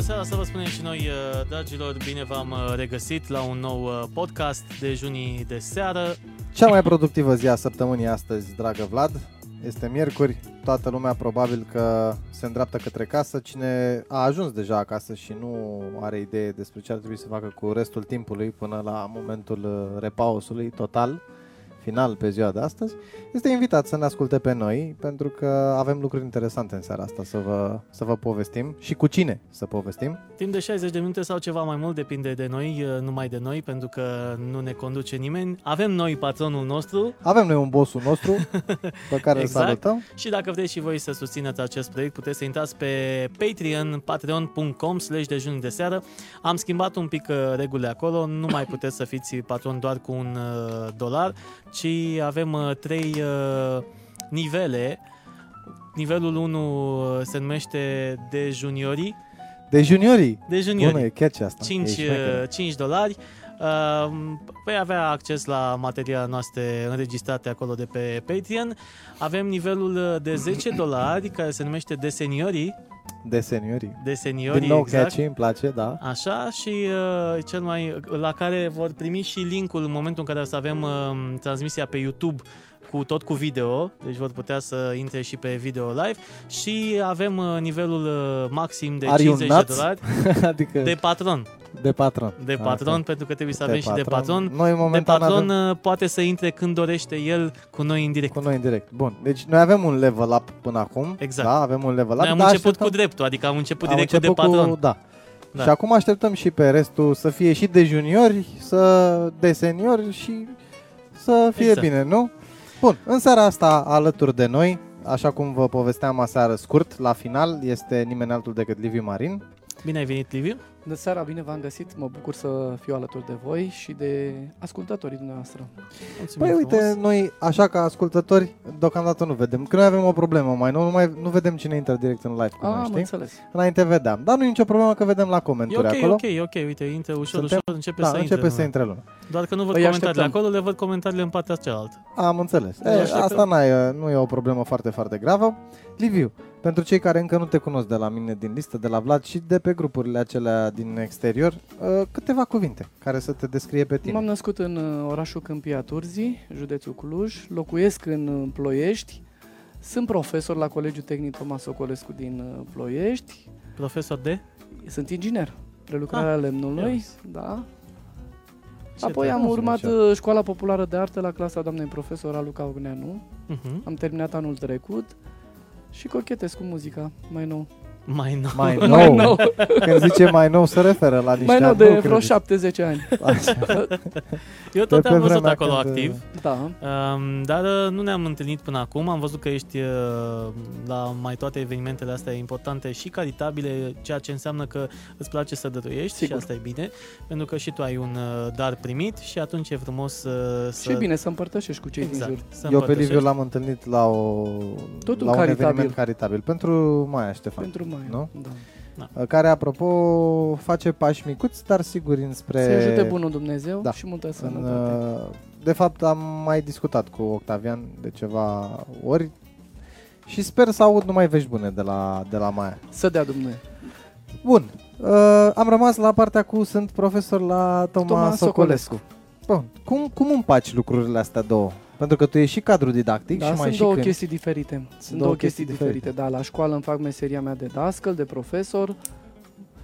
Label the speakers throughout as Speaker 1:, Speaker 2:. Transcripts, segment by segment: Speaker 1: seara, asta vă spunem și noi, uh, dragilor, bine v-am uh, regăsit la un nou uh, podcast de junii de seară.
Speaker 2: Cea mai productivă zi a săptămânii astăzi, dragă Vlad, este miercuri, toată lumea probabil că se îndreaptă către casă, cine a ajuns deja acasă și nu are idee despre ce ar trebui să facă cu restul timpului până la momentul uh, repausului total, final pe ziua de astăzi, este invitat să ne asculte pe noi, pentru că avem lucruri interesante în seara asta să vă, să vă povestim și cu cine să povestim.
Speaker 1: Timp de 60 de minute sau ceva mai mult depinde de noi, uh, numai de noi, pentru că nu ne conduce nimeni. Avem noi patronul nostru.
Speaker 2: Avem noi un bossul nostru pe care exact. îl salutăm.
Speaker 1: Și dacă vreți și voi să susțineți acest proiect, puteți să intrați pe Patreon, patreon.com slash dejun de seară. Am schimbat un pic uh, regulile acolo, nu mai puteți să fiți patron doar cu un uh, dolar, ci avem uh, trei uh, nivele. Nivelul 1 se numește de juniorii.
Speaker 2: De juniorii?
Speaker 1: De juniorii. Bună,
Speaker 2: e catchy asta.
Speaker 1: 5, uh, 5 dolari. Uh, Vei avea acces la materiale noastre înregistrate acolo de pe Patreon. Avem nivelul uh, de 10 dolari, care se numește de seniorii.
Speaker 2: De seniorii.
Speaker 1: De seniorii,
Speaker 2: Din nou
Speaker 1: exact.
Speaker 2: catchy, îmi place, da.
Speaker 1: Așa și uh, cel mai la care vor primi și linkul în momentul în care o să avem uh, transmisia pe YouTube cu tot cu video, deci vor putea să intre și pe video live și avem uh, nivelul uh, maxim de
Speaker 2: Are
Speaker 1: 50
Speaker 2: de
Speaker 1: dolari
Speaker 2: adică...
Speaker 1: de patron.
Speaker 2: De patron.
Speaker 1: De patron, Asta. pentru că trebuie să avem de și de patron.
Speaker 2: Noi, momentan,
Speaker 1: de patron uh,
Speaker 2: avem...
Speaker 1: poate să intre când dorește el cu noi în direct.
Speaker 2: Cu noi în direct. Bun. Deci noi avem un level up până acum.
Speaker 1: Exact.
Speaker 2: Da, avem un level up. Noi
Speaker 1: am
Speaker 2: da,
Speaker 1: început
Speaker 2: așteptăm...
Speaker 1: cu dreptul, adică am început
Speaker 2: am
Speaker 1: direct
Speaker 2: început
Speaker 1: cu de patron.
Speaker 2: Cu, da. da. Și acum așteptăm și pe restul să fie și de juniori, să de seniori și să fie exact. bine, nu? Bun, în seara asta alături de noi, așa cum vă povesteam aseară scurt, la final este nimeni altul decât Liviu Marin.
Speaker 1: Bine ai venit, Liviu!
Speaker 3: Bună seara, bine v-am găsit, mă bucur să fiu alături de voi și de ascultătorii dumneavoastră.
Speaker 2: Mulțumim păi frumos. uite, noi așa ca ascultători deocamdată nu vedem, că noi avem o problemă mai nou, nu, mai, nu vedem cine intră direct în live cu
Speaker 3: A,
Speaker 2: noi, știi?
Speaker 3: înțeles.
Speaker 2: Înainte vedeam, dar nu e nicio problemă că vedem la comentarii
Speaker 1: e ok,
Speaker 2: acolo.
Speaker 1: ok, ok, uite, intră ușor, Suntem? ușor, începe
Speaker 2: da,
Speaker 1: să
Speaker 2: începe
Speaker 1: intre
Speaker 2: să intre Păi, lumea.
Speaker 1: Doar că nu văd
Speaker 3: Îi
Speaker 1: comentariile
Speaker 3: așteptăm.
Speaker 1: acolo, le văd comentariile în partea cealaltă.
Speaker 2: Am înțeles.
Speaker 1: Îi
Speaker 2: E,
Speaker 1: așteptăm.
Speaker 2: asta n-ai, nu e o problemă foarte, foarte gravă. Liviu, pentru cei care încă nu te cunosc de la mine din listă, de la Vlad și de pe grupurile acelea din exterior, uh, câteva cuvinte care să te descrie pe tine.
Speaker 3: M-am născut în uh, orașul Câmpia Turzii, județul Cluj, locuiesc în uh, Ploiești, sunt profesor la Colegiul Tehnic Tomas Ocolescu din uh, Ploiești,
Speaker 1: Profesor de?
Speaker 3: sunt inginer, prelucrarea lemnului,
Speaker 1: yes.
Speaker 3: da.
Speaker 1: Ce
Speaker 3: Apoi
Speaker 1: tare.
Speaker 3: am
Speaker 2: frumos,
Speaker 3: urmat
Speaker 2: Mircea.
Speaker 3: uh, școala populară de artă la clasa doamnei profesor Aluca Ogneanu,
Speaker 1: Mhm.
Speaker 3: am terminat anul trecut și cochetez cu muzica mai nou.
Speaker 1: Mai nou.
Speaker 2: Mai nou. Când zice mai nou, se referă la niște
Speaker 3: mai nou
Speaker 2: ani,
Speaker 3: de
Speaker 2: nu
Speaker 3: vreo
Speaker 2: credeți.
Speaker 3: 70 ani.
Speaker 2: Așa.
Speaker 1: Eu tot
Speaker 2: pe
Speaker 1: am văzut
Speaker 2: vremea
Speaker 1: acolo
Speaker 2: când,
Speaker 1: activ.
Speaker 3: Da.
Speaker 1: Um, dar uh, nu ne-am întâlnit până acum, am văzut că ești uh, la mai toate evenimentele astea importante și caritabile, ceea ce înseamnă că îți place să dăruiești
Speaker 3: Sigur.
Speaker 1: și asta e bine, pentru că și tu ai un uh, dar primit și atunci e frumos uh, să...
Speaker 3: Și bine să împărtășești cu cei
Speaker 1: exact,
Speaker 3: din jur.
Speaker 1: să
Speaker 2: Eu pe Liviu
Speaker 1: împărtășești.
Speaker 2: l-am întâlnit la, o,
Speaker 3: Tot un
Speaker 2: la un
Speaker 3: caritabil.
Speaker 2: eveniment caritabil pentru Maia Ștefan,
Speaker 3: Pentru mai.
Speaker 2: Nu?
Speaker 3: Da.
Speaker 2: care, apropo, face pași micuți, dar sigur înspre...
Speaker 3: Să-i ajute bunul Dumnezeu
Speaker 2: Da.
Speaker 3: și multă
Speaker 2: În,
Speaker 3: sănătate.
Speaker 2: uh, de fapt, am mai discutat cu Octavian de ceva ori și sper să aud numai vești bune de la, de la Maia.
Speaker 3: Să dea Dumnezeu.
Speaker 2: Bun, uh, am rămas la partea cu sunt profesor la Toma,
Speaker 3: Toma
Speaker 2: Socolescu. Bun, cum, cum împaci lucrurile astea două? Pentru că tu ești și cadru didactic
Speaker 3: Da,
Speaker 2: și mai
Speaker 3: sunt
Speaker 2: și
Speaker 3: două
Speaker 2: când...
Speaker 3: chestii diferite. Sunt, două, chestii, diferite. Da, la școală îmi fac meseria mea de dascăl, de profesor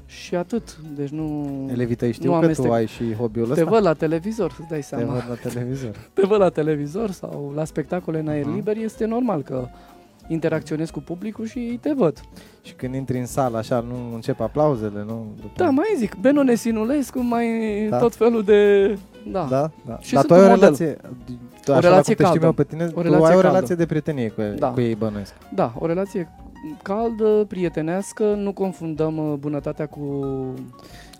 Speaker 3: și atât. Deci nu...
Speaker 2: Elevii tăi știu
Speaker 3: Nu
Speaker 2: că
Speaker 3: amestec.
Speaker 2: tu ai și hobby-ul
Speaker 3: Te
Speaker 2: ăsta.
Speaker 3: văd la televizor, îți dai
Speaker 2: Te
Speaker 3: seama.
Speaker 2: văd la televizor.
Speaker 3: te văd la televizor sau la spectacole în aer
Speaker 2: Mhm.
Speaker 3: liber, este normal că interacționezi cu publicul și te văd.
Speaker 2: și când intri în sală așa, nu încep aplauzele, nu? După...
Speaker 3: Da, mai zic, Beno Nesinulescu, mai
Speaker 2: Da.
Speaker 3: tot felul de... Da.
Speaker 2: Da, da.
Speaker 3: Și
Speaker 2: Dar
Speaker 3: sunt
Speaker 2: tu ai o
Speaker 3: un model.
Speaker 2: relație, tu,
Speaker 3: O
Speaker 2: așa,
Speaker 3: relație
Speaker 2: dacă te știm
Speaker 3: caldă.
Speaker 2: eu pe tine,
Speaker 3: O
Speaker 2: tu
Speaker 3: relație
Speaker 2: ai o
Speaker 3: caldă.
Speaker 2: relație de prietenie cu,
Speaker 3: Da.
Speaker 2: cu ei bănuiesc.
Speaker 3: Da, o relație caldă, prietenească, nu confundăm uh, bunătatea cu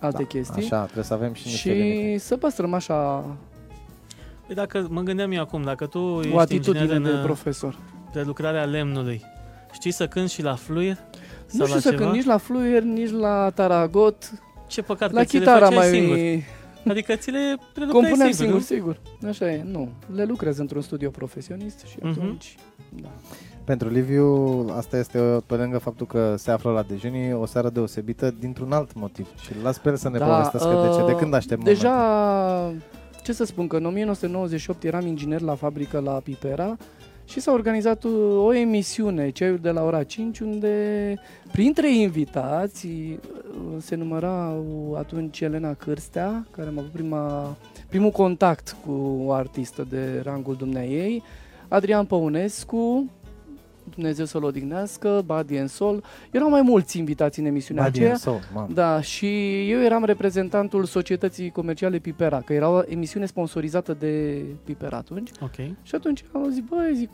Speaker 3: alte
Speaker 2: da.
Speaker 3: chestii.
Speaker 2: Așa, trebuie să avem și niște
Speaker 3: și
Speaker 2: limite.
Speaker 3: să păstrăm așa
Speaker 1: Păi Dacă mă gândeam eu acum, dacă tu
Speaker 3: o
Speaker 1: ești inginer
Speaker 3: atitudine
Speaker 1: în
Speaker 3: de
Speaker 1: uh,
Speaker 3: profesor.
Speaker 1: prelucrarea lemnului, știi să cânti și la fluier? Sau
Speaker 3: Nu
Speaker 1: la
Speaker 3: știu să
Speaker 1: ceva?
Speaker 3: când nici la fluier, nici la taragot,
Speaker 1: Ce păcat
Speaker 3: la
Speaker 1: că ți le
Speaker 3: chitara
Speaker 1: făceai
Speaker 3: mai...
Speaker 1: singur. Adică ți le prelucrai
Speaker 3: Compuneam
Speaker 1: singur,
Speaker 3: singur,
Speaker 1: nu?
Speaker 3: sigur. Așa e, nu. Le lucrez într-un studio profesionist și
Speaker 1: Mhm.
Speaker 3: atunci... Da.
Speaker 2: Pentru Liviu, asta este uh, pe lângă faptul că se află la dejunii, o seară deosebită dintr-un alt motiv. Și îl las pe el să ne povestească de ce, de când aștept
Speaker 3: Da, uh, Deja,
Speaker 2: momentul.
Speaker 3: ce să spun, că în 1998 eram inginer la fabrică la Pipera și s-a organizat o, o emisiune, Ceaiuri de la ora 5, unde printre invitații se număra uh, atunci Elena Cârstea, care am avut prima, primul contact cu o artistă de rangul dumneaei, Adrian Păunescu, Dumnezeu să-l odihnească, Body and Soul. Erau mai mulți invitați în emisiunea
Speaker 2: Body
Speaker 3: aceea.
Speaker 2: and soul, mamă.
Speaker 3: Da, și eu eram reprezentantul societății comerciale Pipera, că era o emisiune sponsorizată de Pipera atunci.
Speaker 1: Ok.
Speaker 3: Și atunci am zis, băi, zic,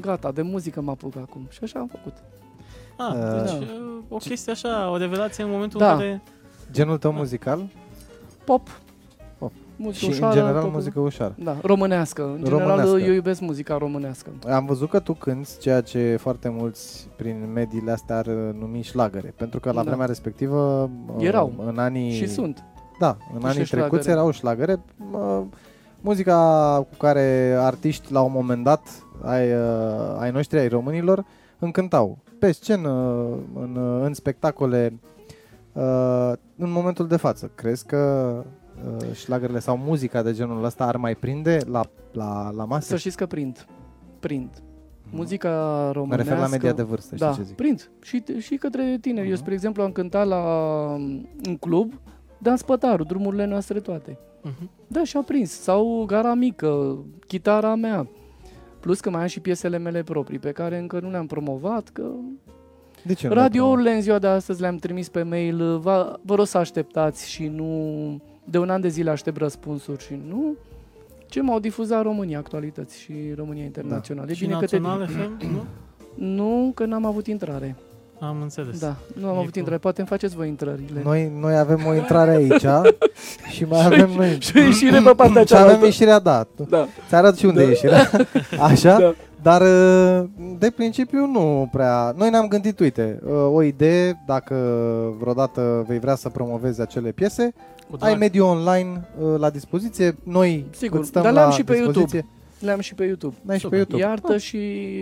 Speaker 3: gata, de muzică mă apuc acum. Și așa am făcut.
Speaker 1: Ah,
Speaker 2: Uh,
Speaker 1: deci uh, o chestie așa, o revelație în momentul
Speaker 3: Da.
Speaker 1: în care...
Speaker 2: Genul tău muzical
Speaker 3: Pop.
Speaker 2: Pop. și
Speaker 3: Muzică
Speaker 2: în
Speaker 3: ușoară,
Speaker 2: general
Speaker 3: pop-
Speaker 2: muzică ușoară.
Speaker 3: Da, românească. În general
Speaker 2: Românească.
Speaker 3: eu iubesc muzica românească.
Speaker 2: Am văzut că tu cânti ceea ce foarte mulți prin mediile astea ar uh, numi șlagăre, pentru că la
Speaker 3: Da.
Speaker 2: vremea respectivă uh,
Speaker 3: Erau.
Speaker 2: în anii
Speaker 3: Și sunt.
Speaker 2: Da, în
Speaker 3: și
Speaker 2: anii
Speaker 3: șlagăre.
Speaker 2: trecuți erau șlagăre. mă, Muzica cu care artiști la un moment dat ai, uh, ai noștri, ai românilor, încântau pe scenă, în, uh, în spectacole, uh, în momentul de față. Crezi că uh, șlagărele sau muzica de genul ăsta ar mai prinde la, la, la masă?
Speaker 3: Să știți că prind. Prind. Muzica românească...
Speaker 2: Mm-hmm. mă refer la media de vârstă, știi
Speaker 3: da,
Speaker 2: ce zic.
Speaker 3: prind. Și, și către tineri. Eu,
Speaker 2: Mhm.
Speaker 3: spre exemplu, am cântat la mm, un club, Dan Spătaru, drumurile noastre toate.
Speaker 1: Mhm.
Speaker 3: Da, și-a prins. Sau Gara Mică, chitara mea. Plus că mai am și piesele mele proprii, pe care încă nu le-am promovat, că
Speaker 2: De ce nu le promovăm?
Speaker 3: radiourile în ziua de astăzi le-am trimis pe mail. Va, vă rog să așteptați și nu... De un an de zile aștept răspunsuri și nu... Ce m-au difuzat România Actualități și România Internațională. E
Speaker 1: Da. Și
Speaker 3: bine că te...
Speaker 1: național FM, nu?
Speaker 3: Nu, că n-am avut intrare.
Speaker 1: Am înțeles.
Speaker 3: Da, nu am
Speaker 1: E
Speaker 3: avut
Speaker 1: cu-
Speaker 3: intrare. Poate îmi faceți voi intrările.
Speaker 2: Noi, noi avem o intrare aici și mai avem noi.
Speaker 3: Și o ieșire pe partea
Speaker 2: Și avem
Speaker 3: cealaltă.
Speaker 2: ieșirea, da. Tu-
Speaker 3: Da.
Speaker 2: Ți arăt și unde da. ieșirea. Așa?
Speaker 3: Da.
Speaker 2: Da. Dar uh, de principiu nu prea... Noi ne-am gândit, uite, uh, o idee, dacă vreodată vei vrea să promovezi acele piese,
Speaker 1: Cu
Speaker 2: ai
Speaker 1: drag.
Speaker 2: mediul online uh, la dispoziție, noi
Speaker 3: Sigur,
Speaker 2: îți stăm
Speaker 3: dar
Speaker 2: la
Speaker 3: le-am și pe
Speaker 2: dispoziție.
Speaker 3: Le-am și pe YouTube.
Speaker 2: N-ai și
Speaker 1: Super.
Speaker 2: pe YouTube.
Speaker 3: Iartă
Speaker 2: Ah,
Speaker 3: și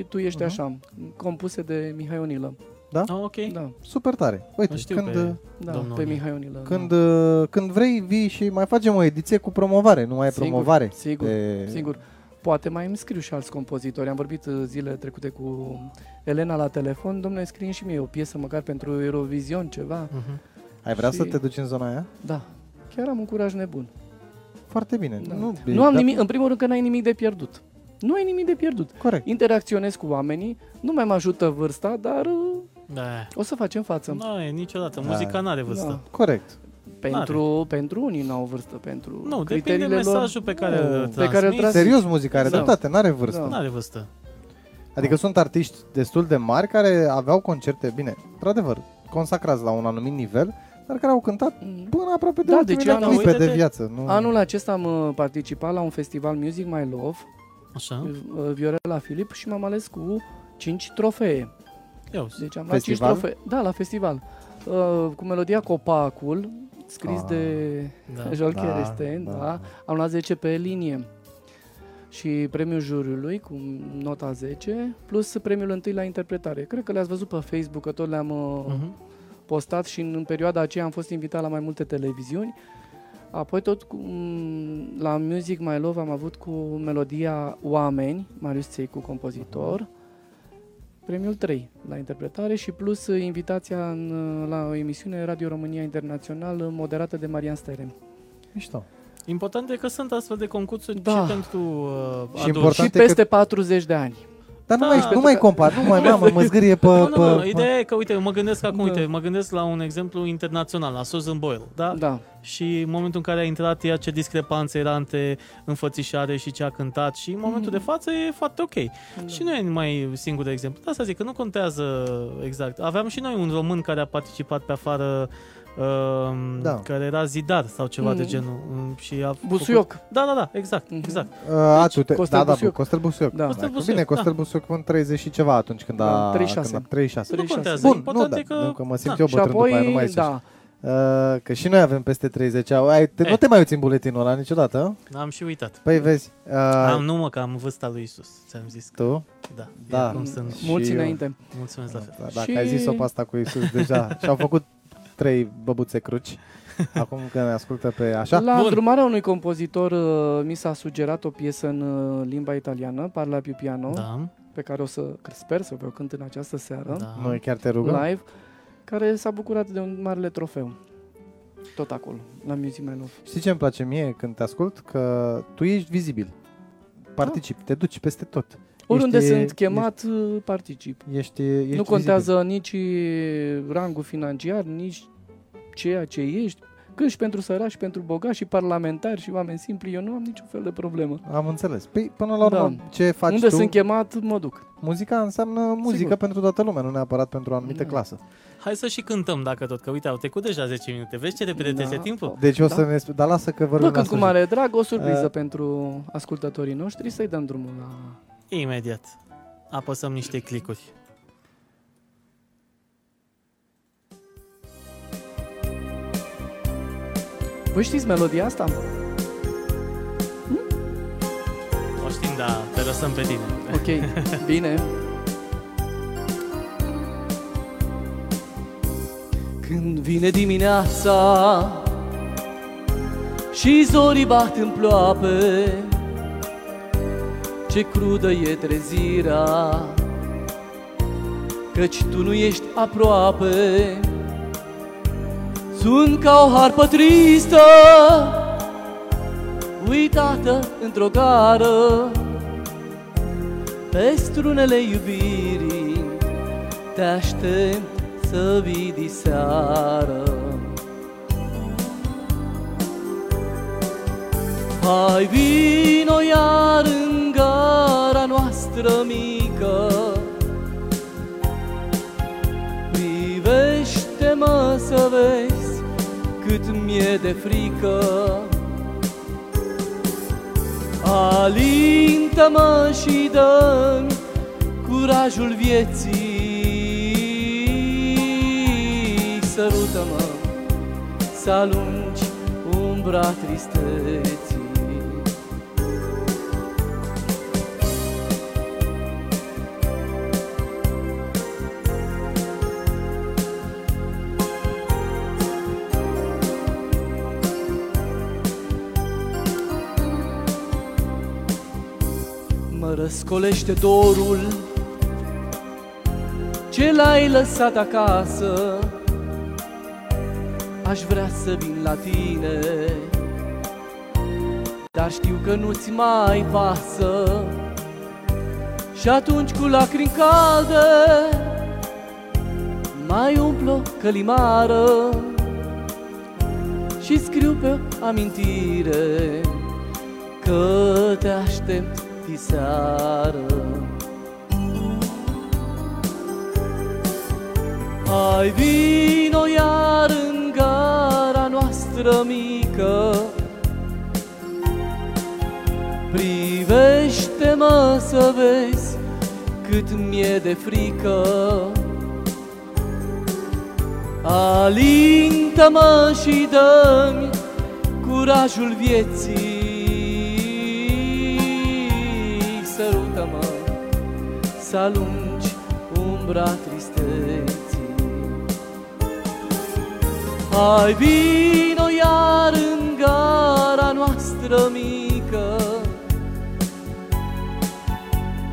Speaker 3: tu ești
Speaker 2: Mhm.
Speaker 3: așa, compuse de Mihai Onilă.
Speaker 1: Ah, ok.
Speaker 3: Da,
Speaker 2: super tare. Uite,
Speaker 1: Îl știu
Speaker 2: când,
Speaker 1: pe-
Speaker 2: uh,
Speaker 3: da
Speaker 1: Domnul
Speaker 3: pe
Speaker 1: Onilă.
Speaker 3: Mihai Onilă.
Speaker 2: când, uh, când vrei, vii și mai facem o ediție cu promovare, nu mai e
Speaker 3: Sigur,
Speaker 2: promovare.
Speaker 3: sigur,
Speaker 2: de...
Speaker 3: da, Sigur. Poate mai îmi scriu și alți compozitori. Am vorbit uh, zilele trecute cu Elena la telefon. Domnule, scrie și mie o piesă măcar pentru Eurovision, ceva.
Speaker 1: Mhm.
Speaker 2: Ai vrea
Speaker 3: Și-
Speaker 2: să te duci în zona aia?
Speaker 3: Da, chiar am un curaj nebun.
Speaker 2: Foarte bine.
Speaker 3: Da.
Speaker 2: Nu,
Speaker 3: nu am
Speaker 2: da,
Speaker 3: nimic, în primul rând că n-ai nimic de pierdut. Nu ai nimic de pierdut.
Speaker 2: Corect.
Speaker 3: interacționez cu oamenii, nu mai mă ajută vârsta, dar uh,
Speaker 1: Da.
Speaker 3: o să facem față. Da.
Speaker 1: Nu, e niciodată. Muzica n-are vârstă.
Speaker 2: Da. Corect.
Speaker 3: Pentru, pentru unii n-au vârstă, pentru
Speaker 1: Nu, depinde
Speaker 3: criteriile lor.
Speaker 1: mesajul pe care
Speaker 2: Nu,
Speaker 1: îl
Speaker 2: pe
Speaker 1: transmiți.
Speaker 3: care îl trans-
Speaker 2: Serios, muzica are
Speaker 1: Da.
Speaker 2: dreptate, n-are vârstă.
Speaker 3: Da.
Speaker 1: N-are vârstă.
Speaker 2: Adică sunt artiști destul de mari care aveau concerte, bine, într-adevăr, consacrați la un anumit nivel, dar care au cântat
Speaker 3: Mm.
Speaker 2: până aproape de
Speaker 3: Da,
Speaker 2: ultimele
Speaker 3: deci, Ana,
Speaker 2: clipe
Speaker 1: uite-te.
Speaker 2: de viață. Nu...
Speaker 3: Anul acesta am uh, participat la un festival Music My Love,
Speaker 1: Așa?
Speaker 3: uh, Viorela Filip, și m-am ales cu 5 trofee.
Speaker 1: Eu.
Speaker 3: Deci am
Speaker 2: Festival?
Speaker 3: luat 5 trofee. Da, la festival. Uh, cu melodia Copacul, scris
Speaker 2: Ah.
Speaker 3: de
Speaker 1: Da.
Speaker 3: Joel Kersten, da. Am luat 10 pe linie și premiul juriului cu nota 10, plus premiul întâi la interpretare. Cred că le-ați văzut pe Facebook, că tot le-am uh
Speaker 1: Mhm.
Speaker 3: postat și în, în perioada aceea am fost invitat la mai multe televiziuni. Apoi tot cu, m, la Music My Love am avut cu melodia Oameni, Marius Țeicu, compozitor, premiul 3 la interpretare și plus uh, invitația în, uh, la o emisiune Radio România Internațional uh, moderată de Marian Sterem.
Speaker 2: Mișto.
Speaker 1: Important e că sunt astfel de concursuri
Speaker 3: Da.
Speaker 1: și pentru uh,
Speaker 2: Și
Speaker 1: adulți.
Speaker 2: important-
Speaker 3: Și
Speaker 2: Poate că-
Speaker 3: peste 40 de ani.
Speaker 2: Dar nu
Speaker 1: Da,
Speaker 2: mai,
Speaker 1: pentru
Speaker 2: nu mai
Speaker 3: că-
Speaker 2: compar, nu mai, mamă, mă zgârie pe...
Speaker 1: Nu, nu, nu,
Speaker 2: pe-
Speaker 1: Ideea e că, uite, mă gândesc acum,
Speaker 3: Da.
Speaker 1: uite, mă gândesc la un exemplu internațional, la Susan Boyle, da?
Speaker 3: Da.
Speaker 1: Și în momentul în care a intrat ea, ce discrepanțe era între înfățișare și ce a cântat și în momentul de
Speaker 3: Mhm.
Speaker 1: față e foarte ok.
Speaker 3: Da.
Speaker 1: Și nu e mai singur de exemplu. De asta zic că nu contează exact. Aveam și noi un român care a participat pe afară Um,
Speaker 2: Da.
Speaker 1: care era zidar sau ceva
Speaker 3: Mm.
Speaker 1: de genul um, și a
Speaker 3: Busuioc.
Speaker 1: făcut- Da, da, da, exact,
Speaker 3: Mhm.
Speaker 1: exact.
Speaker 2: Uh, a, tu te...
Speaker 3: Costel
Speaker 2: Da, da,
Speaker 3: Busuioc.
Speaker 2: Costel Busuioc.
Speaker 3: Da.
Speaker 1: Costel
Speaker 2: Dacă-
Speaker 1: Busuioc,
Speaker 2: Bine,
Speaker 1: da.
Speaker 2: Costel Busuioc în 30 și ceva atunci când a...
Speaker 3: Da, 36.
Speaker 2: Când a 36.
Speaker 1: Nu
Speaker 3: 36.
Speaker 1: contează.
Speaker 2: Bun, nu,
Speaker 1: Important
Speaker 2: da,
Speaker 1: e că...
Speaker 2: că mă simt
Speaker 1: da. Eh.
Speaker 2: eu
Speaker 3: Și
Speaker 2: bătrân după aia, nu
Speaker 3: apoi,
Speaker 2: mai
Speaker 3: da,
Speaker 2: Uh, că și noi avem peste 30 au. Ai, te,
Speaker 1: E.
Speaker 2: nu te mai uiți în buletinul ăla niciodată? hă?
Speaker 1: Am și uitat.
Speaker 2: Păi vezi, uh,
Speaker 1: Mm. Am numă că am vârsta lui Isus, ți-am zis că
Speaker 2: tu,
Speaker 1: da.
Speaker 2: Da.
Speaker 1: E Cum sunt.
Speaker 2: Și
Speaker 3: Mulți
Speaker 2: eu.
Speaker 3: înainte.
Speaker 1: Mulțumesc la fel.
Speaker 2: da, dacă
Speaker 3: Și-
Speaker 2: ai zis-o pe asta cu Iisus deja și-au făcut trei băbuțe cruci, acum că ne ascultă pe așa,
Speaker 3: La
Speaker 1: Bun.
Speaker 3: îndrumarea unui compozitor uh, mi s-a sugerat o piesă în uh, limba italiană, Parla più piano,
Speaker 1: Da,
Speaker 3: pe care o să sper să o cânt în această seară,
Speaker 1: da.
Speaker 2: noi chiar te rugăm.
Speaker 3: live, care s-a bucurat de un marele trofeu. Tot acolo, la Music Man Love.
Speaker 2: Știi ce îmi place mie când te ascult? Că tu ești vizibil. Participi,
Speaker 1: Ah.
Speaker 2: te duci peste tot.
Speaker 3: Oriunde
Speaker 2: Ești-
Speaker 3: sunt chemat, uh, particip.
Speaker 2: Ești, ești
Speaker 3: nu contează nici uh, rangul financiar, nici ceea ce ești, cât și pentru sărași, pentru bogați și parlamentari și oameni simpli, eu nu am niciun fel de problemă.
Speaker 2: Vizibil. Am înțeles. Păi, până la urmă,
Speaker 3: Da.
Speaker 2: ce faci
Speaker 3: Unde
Speaker 2: tu?
Speaker 3: sunt chemat, mă duc.
Speaker 2: Muzica înseamnă muzică
Speaker 3: Sigur.
Speaker 2: pentru toată lumea, nu neapărat pentru o anumită
Speaker 3: Da.
Speaker 2: clasă.
Speaker 1: Hai să și cântăm dacă tot, că uite, au trecut deja 10 minute. Vezi ce repede
Speaker 3: Da.
Speaker 1: trece timpul?
Speaker 2: Deci o
Speaker 3: Da.
Speaker 2: să ne spui, dar lasă că vorbim
Speaker 3: Bă, când
Speaker 2: la
Speaker 3: cu mare drag, o surpriză
Speaker 2: Uh.
Speaker 3: pentru ascultătorii noștri, să-i dăm drumul la...
Speaker 1: Imediat. Apăsăm niște clicuri.
Speaker 3: Voi știți melodia asta?
Speaker 1: O știm, dar te lăsăm pe tine.
Speaker 3: Ok, bine. Când vine dimineața Și zorii bat în ploape Ce crudă e trezirea Căci tu nu ești aproape Sunt ca o harpă tristă Uitată într-o gară pe strunele iubirii Te aștept să vii diseară Hai vino iar în gara noastră mică Privește-mă să vezi cât mi-e de frică Alintă-mă și dă curajul vieții Sărută-mă să alungi umbra tristeții Mă răscolește dorul Ce l-ai lăsat acasă Aș vrea să vin la tine Dar știu că nu-ți mai pasă Și atunci cu lacrimi calde Mai umplu călimară Și scriu pe amintire Că te aștept diseară Hai vino iar în gara noastră mică Privește-mă să vezi cât mi-e de frică Alintă-mă și dă-mi curajul vieții Sărută-mă să alungi umbra tristeții Hai vino iar în gara noastră mică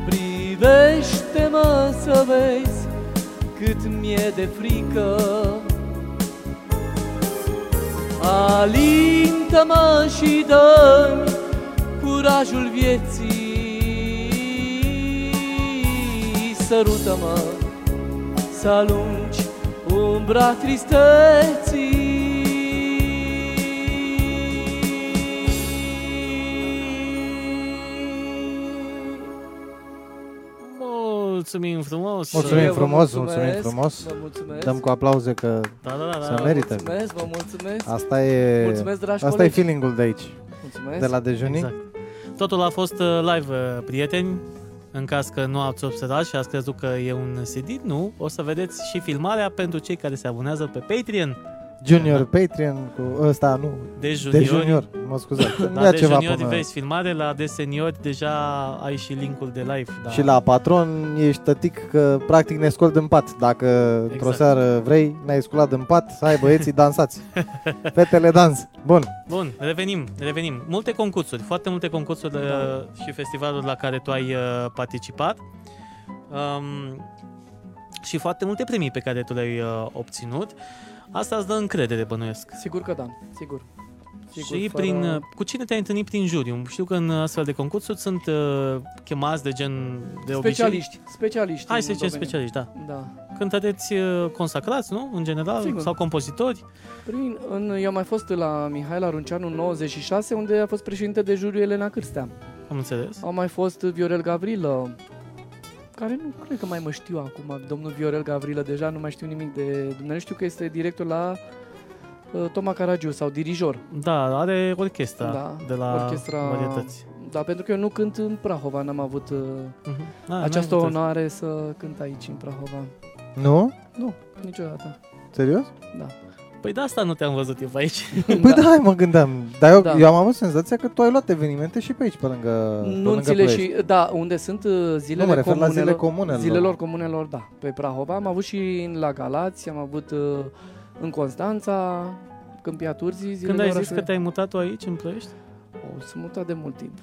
Speaker 3: Privește-mă să vezi cât mi-e de frică Alintă-mă și dă curajul vieții Sărută-mă să alungi umbra tristeții
Speaker 1: Mulțumim frumos!
Speaker 2: Mulțumim
Speaker 3: Eu vă
Speaker 2: frumos, mulțumim frumos.
Speaker 3: Vă mulțumesc.
Speaker 2: Dăm cu aplauze că
Speaker 1: Da, da, da,
Speaker 2: să
Speaker 1: da.
Speaker 2: merită.
Speaker 3: Mulțumesc, vă mulțumesc.
Speaker 2: Asta e,
Speaker 3: Mulțumesc, dragi
Speaker 2: asta e
Speaker 3: colegi.
Speaker 2: feeling-ul de aici,
Speaker 3: Mulțumesc.
Speaker 2: de la dejunii.
Speaker 1: Exact. Totul a fost uh, live, uh, prieteni. În caz că nu ați observat și ați crezut că e un CD, nu, o să vedeți și filmarea pentru cei care se abonează pe Patreon.
Speaker 2: Junior Patreon cu ăsta, nu,
Speaker 1: Da. De
Speaker 2: de
Speaker 1: juniori.
Speaker 2: junior, mă scuzați.
Speaker 1: Da, de juniori vezi filmare, la de seniori deja ai și linkul de live. Da.
Speaker 2: Și la patron ești tătic că practic ne scol din pat. Dacă exact. într-o seară vrei, ne-ai sculat din pat, să ai băieții dansați. Fetele dans. Bun.
Speaker 1: Bun, revenim, revenim. Multe concursuri, foarte multe concursuri da. și festivaluri la care tu ai uh, participat. Um, și foarte multe premii pe care tu le-ai uh, obținut. Asta îți dă încredere, bănuiesc.
Speaker 3: Sigur că da, sigur.
Speaker 1: și prin, uh, cu cine te-ai întâlnit prin juriu? Știu că în astfel de concursuri sunt uh, chemați de gen de obicei.
Speaker 3: specialiști, specialiști.
Speaker 1: Hai
Speaker 3: în
Speaker 1: să zicem
Speaker 3: domeniu.
Speaker 1: specialiști, da.
Speaker 3: Da.
Speaker 1: Cântăreți uh, consacrați, nu? În general?
Speaker 3: Sigur.
Speaker 1: Sau compozitori?
Speaker 3: Prin, în, eu am mai fost la Mihaela Runceanu în 96, unde a fost președinte de juriu Elena Cârstea.
Speaker 1: Am înțeles.
Speaker 3: Au mai fost Viorel Gavrilă, care nu cred că mai mă știu acum, domnul Viorel Gavrilă, deja nu mai știu nimic de dumneavoastră, știu că este director la uh, Toma Caragiu sau dirijor.
Speaker 1: Da, are orchestra
Speaker 3: Da,
Speaker 1: de la
Speaker 3: orchestra-
Speaker 1: varietăți.
Speaker 3: Da, pentru că eu nu cânt în Prahova, n-am avut uh,
Speaker 1: Mhm. Da,
Speaker 3: această
Speaker 1: n-ai
Speaker 3: onoare să cânt aici în Prahova.
Speaker 2: Nu?
Speaker 3: Nu, niciodată.
Speaker 2: Serios?
Speaker 3: Da.
Speaker 1: văzut. Păi de asta nu te-am văzut eu pe aici.
Speaker 2: Păi da, mă gândeam. Dar eu,
Speaker 3: Da.
Speaker 2: da. eu am avut senzația că tu ai luat evenimente și pe aici, pe lângă pe
Speaker 3: Nu
Speaker 2: lângă
Speaker 3: înțeleg
Speaker 2: Ploiești.
Speaker 3: și, da, unde sunt uh, zilele
Speaker 2: Nu, mă refer la
Speaker 3: comunelor,
Speaker 2: zile comunelor.
Speaker 3: zilelor comunelor, da, pe Prahova. Am avut și în la Galați, am avut uh, în Constanța, Câmpia Turzii, zilele
Speaker 1: Când ai zis
Speaker 3: orașele-
Speaker 1: că te-ai mutat tu aici în Ploiești?
Speaker 3: O, sunt mutat de mult timp.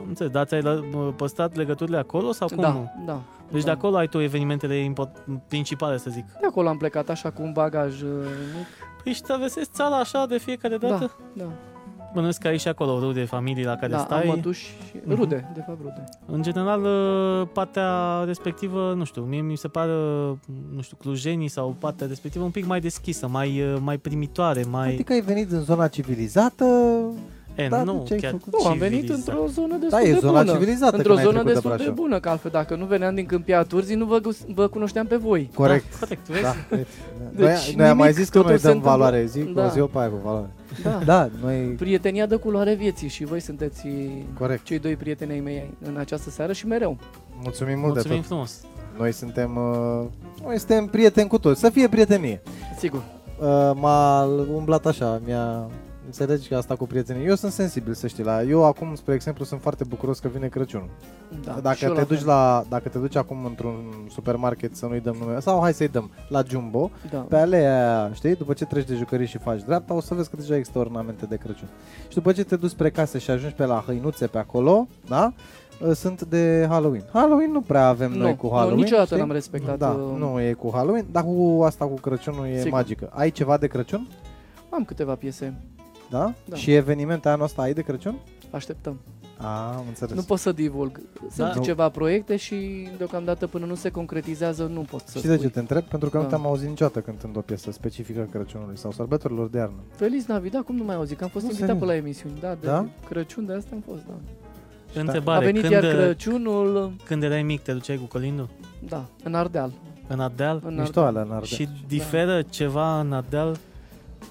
Speaker 1: Am înțeles, dar ți-ai lă- mă, păstrat legăturile acolo sau cum nu?
Speaker 3: Da, da.
Speaker 1: Deci
Speaker 3: da.
Speaker 1: de acolo ai tu evenimentele impo- principale, să zic.
Speaker 3: De acolo am plecat așa cu un bagaj uh, mic.
Speaker 1: Păi și traversezi țara așa de fiecare
Speaker 3: Da,
Speaker 1: dată?
Speaker 3: da.
Speaker 1: Bănuiesc că ai și acolo rude, familii la care
Speaker 3: da am
Speaker 1: stai. Mhm.
Speaker 3: mătuși și rude, de fapt rude.
Speaker 1: În general, ă, partea respectivă, nu știu, mie mi se pare, nu știu, clujenii sau partea respectivă un pic mai deschisă, mai, ă, mai primitoare, mai...
Speaker 2: Adică ai venit în zona civilizată,
Speaker 1: E,
Speaker 2: da,
Speaker 1: nu,
Speaker 2: ce ai
Speaker 1: chiar
Speaker 2: făcut?
Speaker 3: Nu, am venit
Speaker 1: civilizat.
Speaker 3: într-o zonă destul
Speaker 2: Da, e
Speaker 3: de
Speaker 2: zona
Speaker 3: bună.
Speaker 2: civilizată
Speaker 3: Într-o
Speaker 2: când ai
Speaker 3: zonă
Speaker 2: trecut de
Speaker 3: destul de,
Speaker 2: Brașov.
Speaker 3: bună, că altfel dacă nu veneam din Câmpia Turzii, nu vă, vă cunoșteam pe voi.
Speaker 2: corect.
Speaker 1: Da, corect, vezi?
Speaker 2: Da.
Speaker 3: Deci
Speaker 2: noi, noi am mai
Speaker 3: nimic,
Speaker 2: zis că noi
Speaker 3: totul se
Speaker 2: dăm
Speaker 3: întâmplă.
Speaker 2: valoare, zi
Speaker 3: Da.
Speaker 2: da. zi o pe aia cu valoare.
Speaker 3: Da.
Speaker 2: Da, noi
Speaker 3: Prietenia de culoare vieții și voi sunteți uh,
Speaker 2: Corect.
Speaker 3: cei doi prieteni ai mei în această seară și mereu.
Speaker 2: mulțumim mult de
Speaker 1: Mulțumim
Speaker 2: tot.
Speaker 1: frumos.
Speaker 2: Noi suntem uh, noi suntem prieteni cu toți, să fie prietenie.
Speaker 3: Sigur.
Speaker 2: Uh, m-a umblat așa, mi-a Înțelegi că asta cu prietenii. Eu sunt sensibil, să știi, la eu acum, spre exemplu, sunt foarte bucuros că vine Crăciunul.
Speaker 3: Da, și
Speaker 2: dacă
Speaker 3: eu
Speaker 2: te duci
Speaker 3: fel.
Speaker 2: la, dacă te duci acum într-un supermarket să nu-i dăm nume, sau hai să-i dăm, la Jumbo, pe
Speaker 3: Da.
Speaker 2: alea, aia, știi, după ce treci de jucării și faci dreapta, o să vezi că deja există ornamente de Crăciun. Și după ce te duci spre casă și ajungi pe la hăinuțe pe acolo, da? Ă, Sunt de Halloween. Halloween nu prea avem
Speaker 3: Nu,
Speaker 2: noi cu
Speaker 3: nu,
Speaker 2: Halloween.
Speaker 3: niciodată
Speaker 2: știi?
Speaker 3: n-am respectat,
Speaker 2: Da,
Speaker 3: uh,
Speaker 2: nu e cu Halloween, dar cu asta cu Crăciunul e
Speaker 3: Sigur.
Speaker 2: magică. Ai ceva de Crăciun?
Speaker 3: Am câteva piese.
Speaker 2: Da?
Speaker 3: Da.
Speaker 2: Și evenimente anul ăsta ai de Crăciun?
Speaker 3: Așteptăm.
Speaker 2: A, am înțeles.
Speaker 3: Nu pot să divulg. Sunt
Speaker 1: Da.
Speaker 3: ceva proiecte și deocamdată până nu se concretizează nu pot să
Speaker 2: Și de
Speaker 3: spui.
Speaker 2: ce te întreb? Pentru că
Speaker 3: Da.
Speaker 2: nu te-am auzit niciodată cântând o piesă specifică Crăciunului sau sărbătorilor de iarnă.
Speaker 3: Feliz Navidad, cum nu mai auzi, că am fost
Speaker 2: Nu,
Speaker 3: invitat
Speaker 2: serios.
Speaker 3: pe la emisiuni, da, de
Speaker 2: Da?
Speaker 3: Crăciun, de asta am fost, da.
Speaker 1: Întrebare,
Speaker 3: A venit
Speaker 1: când, uh,
Speaker 3: iar Crăciunul,
Speaker 1: când erai mic, te duceai cu colindul
Speaker 3: da, în Ardeal.
Speaker 1: în Ardeal?
Speaker 3: În
Speaker 2: Mișto
Speaker 3: Ardeal. Da.
Speaker 2: alea în Ardeal.
Speaker 1: Și diferă ceva în Ardeal?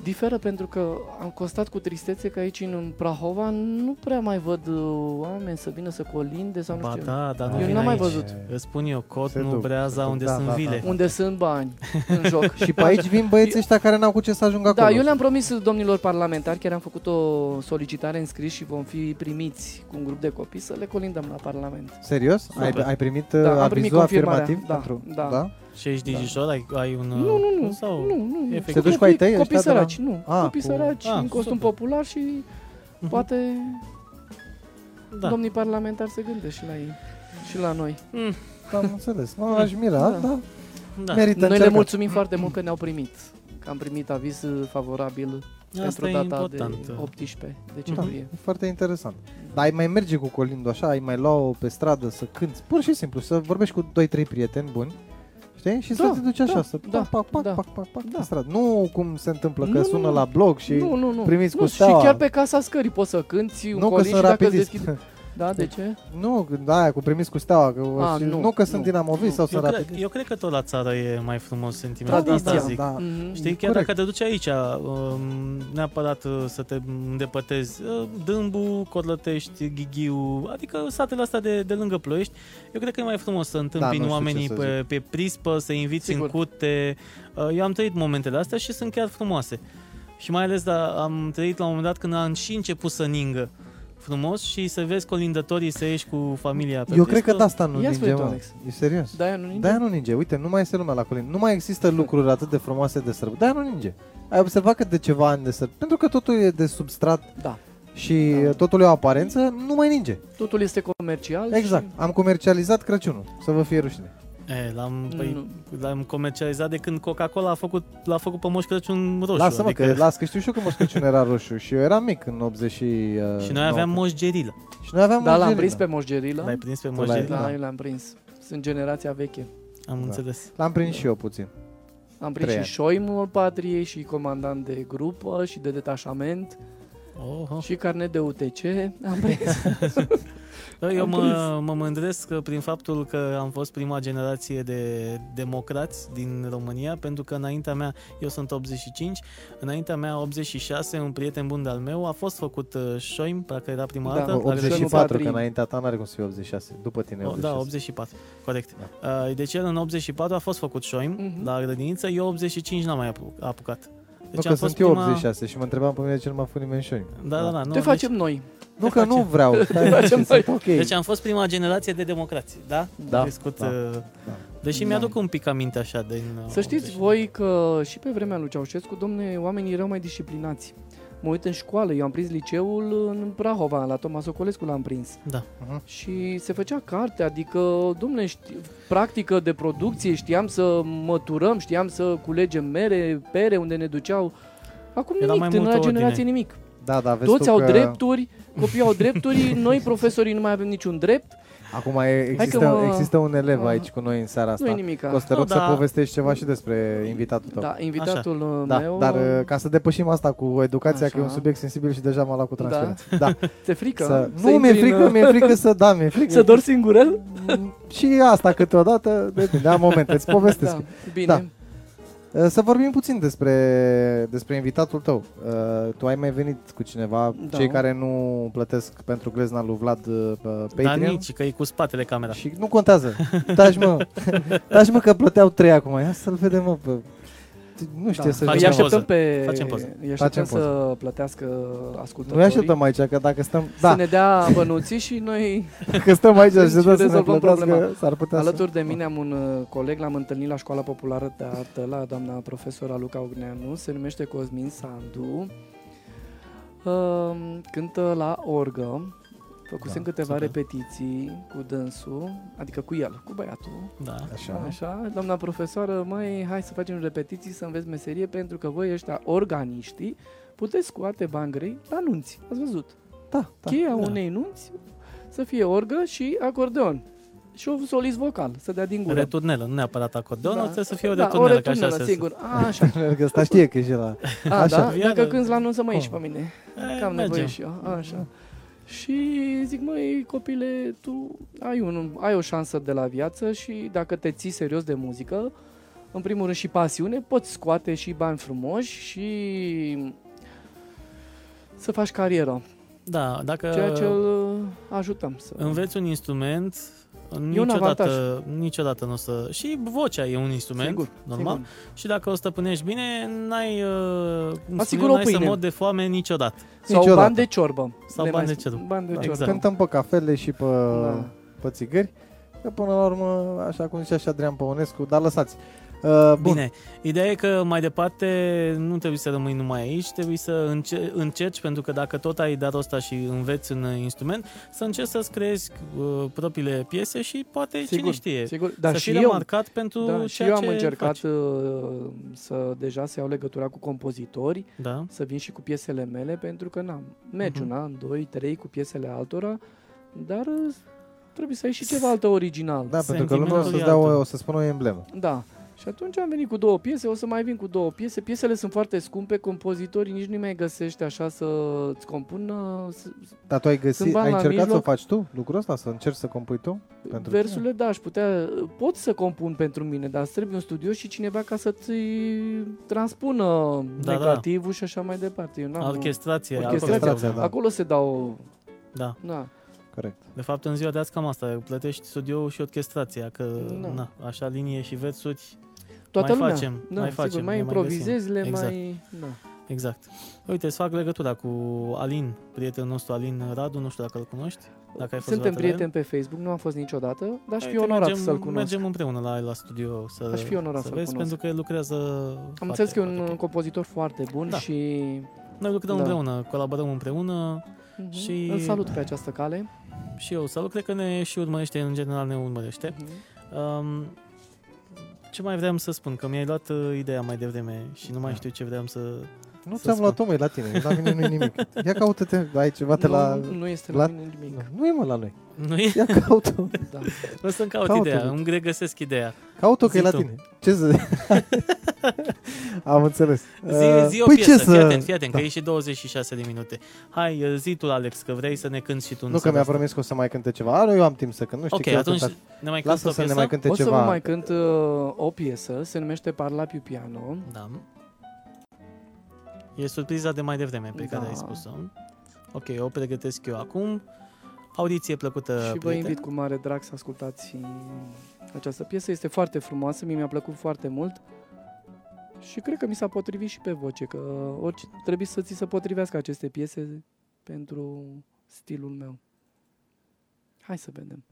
Speaker 3: Diferă pentru că am constat cu tristețe că aici în Prahova nu prea mai văd uh, oameni să vină să colinde sau nu
Speaker 1: Ba
Speaker 3: știu.
Speaker 1: da, dar nu
Speaker 3: Eu
Speaker 1: vin
Speaker 3: n-am mai
Speaker 1: aici.
Speaker 3: văzut.
Speaker 1: Îți spun eu, cot,
Speaker 2: Se
Speaker 1: nu
Speaker 2: duc, se
Speaker 1: breaza,
Speaker 2: duc.
Speaker 1: unde
Speaker 2: Da,
Speaker 1: sunt
Speaker 2: da, da.
Speaker 1: vile.
Speaker 3: Unde sunt bani în joc.
Speaker 2: Și pe aici vin băieții ăștia care n-au cu ce să ajungă acolo.
Speaker 3: Da, eu le-am promis domnilor parlamentari, chiar am făcut o solicitare în scris și vom fi primiți cu un grup de copii să le colindăm la Parlament.
Speaker 2: Serios? Ai,
Speaker 1: Super.
Speaker 2: ai primit
Speaker 3: am
Speaker 2: da,
Speaker 3: primit
Speaker 2: avizul
Speaker 3: confirmarea.
Speaker 2: afirmativ?
Speaker 3: Da,
Speaker 2: pentru...
Speaker 3: da.
Speaker 1: Și ești dirijor, ai, ai un...
Speaker 3: Nu, nu, nu.
Speaker 1: Sau...
Speaker 3: Nu, nu,
Speaker 1: Efectiv.
Speaker 3: nu.
Speaker 1: Te
Speaker 2: duci cu ai tăi
Speaker 3: Copii
Speaker 2: ăștia de la-
Speaker 3: săraci, nu.
Speaker 2: Ah,
Speaker 3: Copii
Speaker 2: cu-
Speaker 3: săraci,
Speaker 1: Ah,
Speaker 3: în costum
Speaker 1: super.
Speaker 3: popular și
Speaker 1: Mhm.
Speaker 3: poate
Speaker 1: Da.
Speaker 3: domnii parlamentari se gândesc și la ei și la noi.
Speaker 1: Mm,
Speaker 2: da, am înțeles. Mă, aș mira,
Speaker 3: Da.
Speaker 2: da. da.
Speaker 1: da.
Speaker 2: Merită
Speaker 3: Noi le
Speaker 2: încercat.
Speaker 3: mulțumim foarte mult că ne-au primit. Că am primit aviz uh, favorabil
Speaker 1: Asta e
Speaker 3: pentru data
Speaker 1: important.
Speaker 3: de 18
Speaker 2: Da,
Speaker 3: decembrie.
Speaker 2: e foarte interesant. Dar ai mai merge cu Colindu așa, ai mai lua pe stradă să cânti, pur și simplu, să vorbești cu 2-3 prieteni buni, știi? Și
Speaker 3: Da,
Speaker 2: să te duci așa,
Speaker 3: da,
Speaker 2: să pac,
Speaker 3: da,
Speaker 2: pac, pac,
Speaker 3: da.
Speaker 2: pac, pac, pac,
Speaker 3: Da.
Speaker 2: pe stradă. Nu cum se întâmplă, că
Speaker 3: Nu, nu,
Speaker 2: sună
Speaker 3: nu.
Speaker 2: la blog și...
Speaker 3: nu, nu, nu.
Speaker 2: primiți
Speaker 3: nu,
Speaker 2: cu
Speaker 3: și
Speaker 2: steaua.
Speaker 3: chiar pe casa scării poți să cânti un
Speaker 2: Nu că
Speaker 3: colin și
Speaker 2: sunt
Speaker 3: dacă îți
Speaker 2: rapidist. Deci,
Speaker 3: deschid... Da, de ce?
Speaker 2: Nu, da, aia cu primis cu steaua, că,
Speaker 3: A,
Speaker 2: și
Speaker 3: nu,
Speaker 2: nu, că sunt
Speaker 3: nu,
Speaker 2: dinamovist
Speaker 3: nu.
Speaker 2: sau
Speaker 1: Eu
Speaker 2: sărat.
Speaker 1: cred, eu cred că tot la țară e mai frumos sentimentul
Speaker 2: Da,
Speaker 1: asta,
Speaker 3: Tradiția,
Speaker 1: zic.
Speaker 2: da.
Speaker 3: Mhm.
Speaker 1: Știi, chiar
Speaker 2: Corect.
Speaker 1: dacă te duci aici, um, neapărat uh, să te îndepătezi, uh, Dâmbu, Corlătești, Ghigiu, adică satele astea de, de lângă Ploiești, eu cred că e mai frumos să
Speaker 2: nu
Speaker 1: întâmpini
Speaker 2: știu
Speaker 1: da,
Speaker 2: ce
Speaker 1: oamenii
Speaker 2: să
Speaker 1: pe, pe prispă, să inviți
Speaker 3: Sigur.
Speaker 1: în curte. Uh, Eu am trăit momentele astea și sunt chiar frumoase. Și mai ales da, am trăit la un moment dat când am și început să ningă frumos și să vezi colindătorii să ieși cu familia pe
Speaker 2: Eu
Speaker 1: prispă.
Speaker 2: cred că de asta nu
Speaker 3: Ia
Speaker 2: ninge,
Speaker 3: spune tu,
Speaker 2: mă.
Speaker 3: Alex.
Speaker 2: E serios.
Speaker 3: Da, nu ninge?
Speaker 2: Da, nu ninge. Uite, nu mai este lumea la colin. Nu mai există lucruri atât de frumoase de sărbători. Da, nu ninge. Ai observat că de ceva ani de sărbători, pentru că totul e de substrat
Speaker 3: Da.
Speaker 2: și
Speaker 3: Da.
Speaker 2: totul e o aparență, nu mai ninge.
Speaker 1: Păi
Speaker 3: Totul este comercial.
Speaker 2: Exact. Am comercializat Crăciunul. Să vă fie rușine.
Speaker 1: E, l-am,
Speaker 3: Și...
Speaker 1: păi,
Speaker 3: Mm, Nu.
Speaker 1: l-am comercializat de când Coca-Cola a făcut, l-a făcut pe Moș Crăciun roșu.
Speaker 2: Lasă-mă
Speaker 1: adică...
Speaker 2: că, las că știu și eu că Moș Crăciun era roșu și eu eram mic în 80 și... uh,
Speaker 1: Și noi aveam
Speaker 2: nouă.
Speaker 1: moșgerilă.
Speaker 2: Și noi aveam
Speaker 3: Da, l-am
Speaker 2: moșgerilă.
Speaker 3: prins pe moșgerilă.
Speaker 1: L-ai prins pe
Speaker 2: l-ai-
Speaker 1: moșgerilă?
Speaker 3: Da,
Speaker 2: Da.
Speaker 3: eu l-am prins. Sunt generația veche.
Speaker 1: Am
Speaker 2: Da.
Speaker 1: înțeles.
Speaker 2: L-am prins
Speaker 3: Da.
Speaker 2: și eu puțin.
Speaker 3: Am prins
Speaker 2: Trei
Speaker 3: și șoimul patriei și comandant de grupă și de detașament
Speaker 1: Oh,
Speaker 3: și carnet de UTC. Am prins.
Speaker 1: oh. Eu
Speaker 3: Am
Speaker 1: mă, mă mândresc că prin faptul că am fost prima generație de democrați din România, pentru că înaintea mea, eu sunt 85, înaintea mea 86, un prieten bun de-al meu, a fost făcut uh, șoim, dacă era prima
Speaker 3: Da.
Speaker 1: dată.
Speaker 3: O-
Speaker 1: are
Speaker 3: Crăciunul
Speaker 2: 84,
Speaker 3: patrin.
Speaker 2: că înaintea ta n-are cum să fie 86. După tine e
Speaker 1: O,
Speaker 2: 86.
Speaker 1: da, 84, corect. Da. Uh, deci el în 84 a fost făcut șoim
Speaker 3: Mhm.
Speaker 1: uh-huh. la grădiniță, eu 85 n-am mai apu- apucat.
Speaker 2: nu,
Speaker 1: Deci
Speaker 2: că
Speaker 1: am
Speaker 2: sunt
Speaker 1: fost
Speaker 2: eu
Speaker 1: prima...
Speaker 2: 86 și mă întrebam pe mine ce nu m-a făcut nimeni șoim.
Speaker 1: Da, da, da. Nu,
Speaker 3: Te facem noi.
Speaker 2: Nu că nu vreau, stai,
Speaker 3: facem
Speaker 2: sunt ok.
Speaker 1: Deci am fost prima generație de democrație, da?
Speaker 2: Da,
Speaker 1: Am Crescut,
Speaker 2: da,
Speaker 1: uh,
Speaker 2: da.
Speaker 1: Deși
Speaker 3: Da.
Speaker 1: mi-aduc un pic aminte așa din... uh,
Speaker 3: Să știți
Speaker 1: 80.
Speaker 3: voi că și pe vremea lui Ceaușescu, domne, oamenii erau mai disciplinați. Mă uit în școală, eu am prins liceul în Prahova, la Toma Socolescu l-am prins.
Speaker 1: Da.
Speaker 2: Mhm.
Speaker 3: Și se făcea carte, adică, domne, ști, practică de producție, știam să măturăm, știam să culegem mere, pere unde ne duceau. Acum
Speaker 1: Era
Speaker 3: nimic,
Speaker 1: mai
Speaker 3: tânăra
Speaker 1: multă
Speaker 3: generație
Speaker 1: ordine.
Speaker 3: nimic.
Speaker 2: Da, da, vezi
Speaker 3: Toți
Speaker 2: tu
Speaker 3: au
Speaker 2: că
Speaker 3: drepturi, copiii au drepturi, noi profesorii nu mai avem niciun drept,
Speaker 2: Acum e- există,
Speaker 3: mă-
Speaker 2: există un elev
Speaker 3: Aha.
Speaker 2: aici cu noi în seara
Speaker 3: nu e
Speaker 2: asta.
Speaker 3: nimic.
Speaker 2: O să te
Speaker 1: Nu,
Speaker 2: rog să
Speaker 1: da.
Speaker 2: povestești ceva și despre invitatul tău.
Speaker 3: Da, invitatul
Speaker 2: Da,
Speaker 3: meu,
Speaker 2: dar uh, ca să depășim asta cu educația, că e un
Speaker 3: Așa.
Speaker 2: subiect sensibil și deja m-a luat cu transferență. Da.
Speaker 3: te frică?
Speaker 2: Să,
Speaker 3: Să
Speaker 2: nu, mi-e
Speaker 3: intri în,
Speaker 2: frică,
Speaker 3: uh,
Speaker 2: mi-e frică să da, mi-e frică.
Speaker 3: Să dor singur el?
Speaker 2: Și asta câteodată, depinde, am momente, îți povestesc.
Speaker 3: Da, bine.
Speaker 2: Da. Uh, Să vorbim puțin despre, despre invitatul tău. Uh, Tu ai mai venit cu cineva,
Speaker 3: Da.
Speaker 2: cei care nu plătesc pentru glezna lui Vlad uh, pe
Speaker 3: Da,
Speaker 1: Dar
Speaker 2: Patreon.
Speaker 1: nici, că e cu spatele camera.
Speaker 2: Și nu contează. Taci mă. Taci mă că plăteau 3 acum. Ia să-l vedem mă. Pe... Nu știu
Speaker 3: Da.
Speaker 2: să
Speaker 1: Facem
Speaker 3: Îi
Speaker 1: poză.
Speaker 2: jucăm.
Speaker 3: așteptăm pe...
Speaker 1: Facem poză.
Speaker 3: Îi
Speaker 2: Facem
Speaker 3: așteptăm
Speaker 2: poză.
Speaker 3: să plătească ascultătorii.
Speaker 2: Noi așteptăm aici, că dacă stăm,
Speaker 3: Să
Speaker 2: da,
Speaker 3: ne dea bănuții și noi,
Speaker 2: că stăm aici și
Speaker 3: Deci
Speaker 2: să ne
Speaker 3: rezolvăm
Speaker 2: plătească,
Speaker 3: problema.
Speaker 2: s-ar putea Da, să...
Speaker 3: alături de mine, am un uh, coleg, l-am întâlnit la Școala Populară de Artă, la doamna profesora Luca Ogneanu, se numește Cosmin Sandu, Uh, cântă la orgă, făcusem
Speaker 2: Da,
Speaker 3: câteva
Speaker 1: super.
Speaker 3: repetiții cu dânsul, adică cu el, cu băiatul,
Speaker 1: Da.
Speaker 2: Așa.
Speaker 3: Așa, doamna profesoară, mai hai să facem repetiții să înveți meserie pentru că voi ăștia organiștii puteți scoate bani grei la nunți. Ați văzut?
Speaker 2: Da, da.
Speaker 3: Cheia
Speaker 1: da.
Speaker 3: unei nunți să fie orgă și acordeon. Și un solist vocal, să dea din gură.
Speaker 1: Returnelă, nu neapărat acordeonul,
Speaker 3: Da.
Speaker 1: trebuie să fie o
Speaker 3: da,
Speaker 1: returnelă,
Speaker 3: o
Speaker 1: că
Speaker 3: returnelă,
Speaker 1: așa se
Speaker 3: sigur. A, așa.
Speaker 2: Că asta știe că e și la...
Speaker 3: A,
Speaker 2: Așa.
Speaker 3: da?
Speaker 1: Viață.
Speaker 3: Dacă cânti la anunț să mă ieși pe mine.
Speaker 1: E,
Speaker 3: Că am nevoie
Speaker 1: Eh, mergem.
Speaker 3: și eu. A, Așa. Și zic, măi, copile, tu ai, un, ai o șansă de la viață și dacă te ții serios de muzică, în primul rând și pasiune, poți scoate și bani frumoși și să faci carieră,
Speaker 1: Da, dacă
Speaker 3: ceea ce îl ajutăm să...
Speaker 1: înveți un instrument, niciodată,
Speaker 3: avantaj.
Speaker 1: niciodată nu o să... Și vocea e un instrument,
Speaker 3: Sigur,
Speaker 1: normal.
Speaker 3: sigur.
Speaker 1: Și dacă o stăpânești bine, n-ai, uh, cum
Speaker 3: Asigură
Speaker 1: spun eu,
Speaker 3: o
Speaker 1: n-ai să
Speaker 3: pâine.
Speaker 1: mod de foame niciodată.
Speaker 3: Sau
Speaker 2: Niciodată.
Speaker 3: bani de ciorbă.
Speaker 1: Sau
Speaker 3: Le
Speaker 1: bani
Speaker 3: mai
Speaker 1: de
Speaker 3: spun,
Speaker 1: ciorbă.
Speaker 3: Bani de
Speaker 1: Da,
Speaker 3: ciorbă.
Speaker 1: exact.
Speaker 2: Cântăm pe cafele și pe,
Speaker 3: Da.
Speaker 2: pe țigări. Că până la urmă, așa cum zicea și Adrian Păunescu, dar lăsați. Uh, bun.
Speaker 1: Bine, ideea e că mai departe nu trebuie să rămâi numai aici, trebuie să înce- încerci, pentru că dacă tot ai dat asta și înveți un instrument, să încerci să-ți creezi uh, propriile piese și poate cine
Speaker 3: Sigur,
Speaker 1: știe.
Speaker 3: Sigur, dar
Speaker 1: să
Speaker 3: și
Speaker 1: fii
Speaker 3: eu,
Speaker 1: remarcat pentru
Speaker 3: da,
Speaker 1: ceea
Speaker 3: și eu am
Speaker 1: ce
Speaker 3: încercat
Speaker 1: faci.
Speaker 3: uh, să deja să iau legătura cu compozitori
Speaker 1: Da.
Speaker 3: să vin și cu piesele mele, pentru că n-am. Mergi
Speaker 1: Mhm.
Speaker 3: un an, doi, trei cu piesele altora, dar uh, trebuie să ai și ceva altă original.
Speaker 2: Da, pentru că lumea o să-ți
Speaker 1: Sentimentul e
Speaker 2: dea o,
Speaker 1: altul.
Speaker 2: o să spună o emblemă.
Speaker 3: Da. Și atunci am venit cu două piese, o să mai vin cu două piese. Piesele sunt foarte scumpe, compozitorii nici nu mai găsește așa să-ți compună să-
Speaker 2: Dar tu ai găsit,
Speaker 3: Când bani
Speaker 2: ai
Speaker 3: la
Speaker 2: încercat să o
Speaker 3: mijloc-
Speaker 2: faci tu lucrul ăsta? Să încerci să compui tu? Pentru
Speaker 3: Versurile, da, aș putea, pot să compun pentru mine, dar îți trebuie un studio și cineva ca să-ți transpună
Speaker 1: Da,
Speaker 3: da,
Speaker 1: da.
Speaker 3: negativul și așa mai departe. Eu n-am,
Speaker 1: Orchestrație.
Speaker 3: Orchestrație,
Speaker 1: acolo se aude.
Speaker 2: da.
Speaker 3: Acolo se dau...
Speaker 1: da.
Speaker 3: Na.
Speaker 2: Corect.
Speaker 1: De fapt, în ziua de azi cam asta, plătești studioul și orchestrația, că
Speaker 3: Da.
Speaker 1: na, așa linie și versuri,
Speaker 3: Toată
Speaker 1: Mai
Speaker 3: lumea.
Speaker 1: facem,
Speaker 3: da,
Speaker 1: mai
Speaker 3: sigur,
Speaker 1: facem,
Speaker 3: mai
Speaker 1: ne mai găsim.
Speaker 3: improvizezi, le
Speaker 1: Exact.
Speaker 3: mai... Da.
Speaker 1: exact. Uite, să fac legătura cu Alin, prietenul nostru Alin Radu, nu știu dacă îl cunoști, dacă ai fost
Speaker 3: Suntem
Speaker 1: vreodată la el.
Speaker 3: prieteni pe Facebook, nu am fost niciodată, dar aș fi
Speaker 1: Uite,
Speaker 3: onorat
Speaker 1: mergem,
Speaker 3: să-l cunosc.
Speaker 1: Mergem împreună la el la studio să,
Speaker 3: Aș fi onorat
Speaker 1: să
Speaker 3: să-l
Speaker 1: vezi,
Speaker 3: cunosc.
Speaker 1: pentru că el lucrează
Speaker 3: Am
Speaker 1: foarte,
Speaker 3: înțeles că e un
Speaker 1: foarte ok.
Speaker 3: compozitor foarte bun
Speaker 1: Da.
Speaker 3: și
Speaker 1: Noi lucrăm
Speaker 3: Da.
Speaker 1: împreună, colaborăm împreună
Speaker 3: Mhm.
Speaker 1: Și-
Speaker 3: îl salut pe această cale.
Speaker 1: și eu salut, cred că ne și urmărește, în general ne urmărește.
Speaker 3: Mhm.
Speaker 1: Um, ce mai vreau să spun? Că mi-ai luat uh, ideea mai devreme și nu mai
Speaker 2: Da.
Speaker 1: știu ce vreau să...
Speaker 2: Nu
Speaker 1: Să
Speaker 2: ți-am
Speaker 1: spun.
Speaker 2: luat omul, e la tine. La mine nu e nimic. Ia caută-te, ai ceva de
Speaker 3: Nu,
Speaker 2: la...
Speaker 3: nu, nu este
Speaker 2: la-
Speaker 3: la mine nimic.
Speaker 2: Nu e mă la noi.
Speaker 1: Nu e?
Speaker 2: Ia caută
Speaker 3: Da.
Speaker 1: O să-mi caut
Speaker 2: Caută-l.
Speaker 1: ideea, îmi regăsesc ideea.
Speaker 2: Caută că e
Speaker 1: Zi
Speaker 2: la
Speaker 1: tu.
Speaker 2: tine. Ce să... Am înțeles.
Speaker 1: Zi,
Speaker 2: Uh,
Speaker 1: zi o
Speaker 2: păi
Speaker 1: piesă,
Speaker 2: ce să...
Speaker 1: fii atent, fii atent,
Speaker 2: Da.
Speaker 1: că e și 26 de minute. Hai, uh, zi tu, Alex, că vrei să ne cânti și tu. în
Speaker 2: Nu că
Speaker 1: seara
Speaker 2: mi-a
Speaker 1: asta.
Speaker 2: promis că o să mai cânte ceva. A, nu, eu am timp să cânt. Nu știu
Speaker 1: da. Ok,
Speaker 2: că eu
Speaker 1: atunci
Speaker 2: cânt.
Speaker 1: ne mai cânti
Speaker 2: Lasă
Speaker 1: o
Speaker 2: să ne
Speaker 1: piesă?
Speaker 2: mai cânte
Speaker 3: O să vă
Speaker 2: ceva.
Speaker 3: mai cânt uh, o piesă, se numește Parla più piano.
Speaker 1: Da. E surpriza de mai devreme pe care
Speaker 3: Da.
Speaker 1: ai spus-o. Ok, o pregătesc eu acum. Audiție plăcută,
Speaker 3: și vă
Speaker 1: prieteni.
Speaker 3: invit cu mare drag să ascultați această piesă. Este foarte frumoasă, mie mi-a plăcut foarte mult. Și cred că mi s-a potrivit și pe voce, că orice, trebuie să ți se potrivească aceste piese pentru stilul meu. Hai să vedem.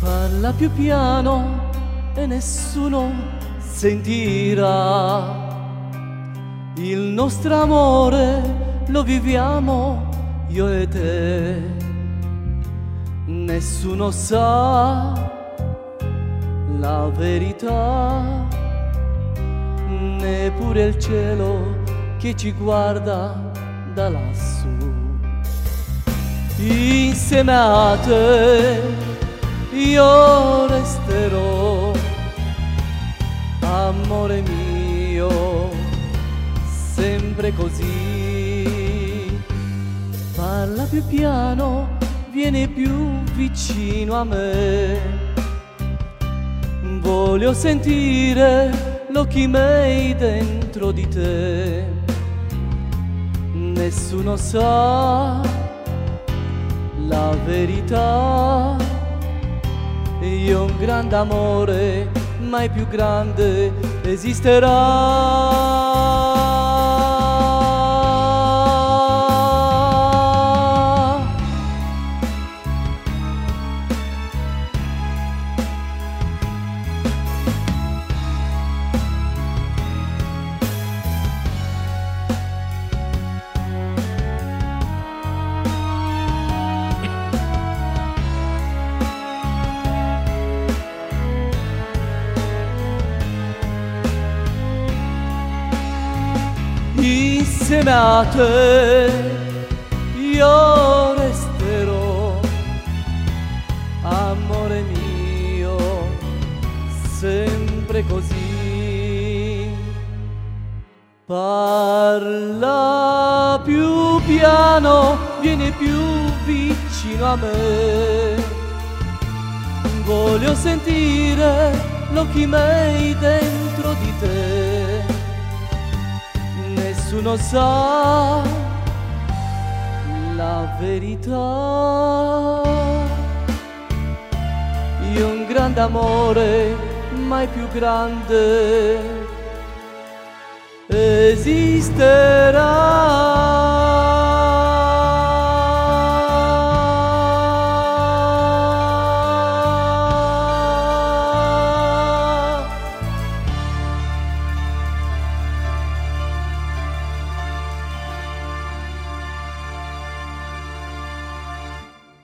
Speaker 3: Parla più piano e nessuno sentirà. Il nostro amore lo viviamo io e te. Nessuno sa la verità, neppure il cielo che ci guarda da lassù. Insieme a te io resterò, amore mio, sempre così. Parla più piano, vieni più vicino a me. Voglio sentire l'occhi miei dentro di te. Nessuno sa la verità. Io un grande amore, mai più grande, esisterà. insieme a te io resterò amore mio sempre così parla più piano vieni più vicino a me Voglio sentire l'occhi miei dentro di te nessuno sa la verità. Io un grande amore, mai più grande, esisterà.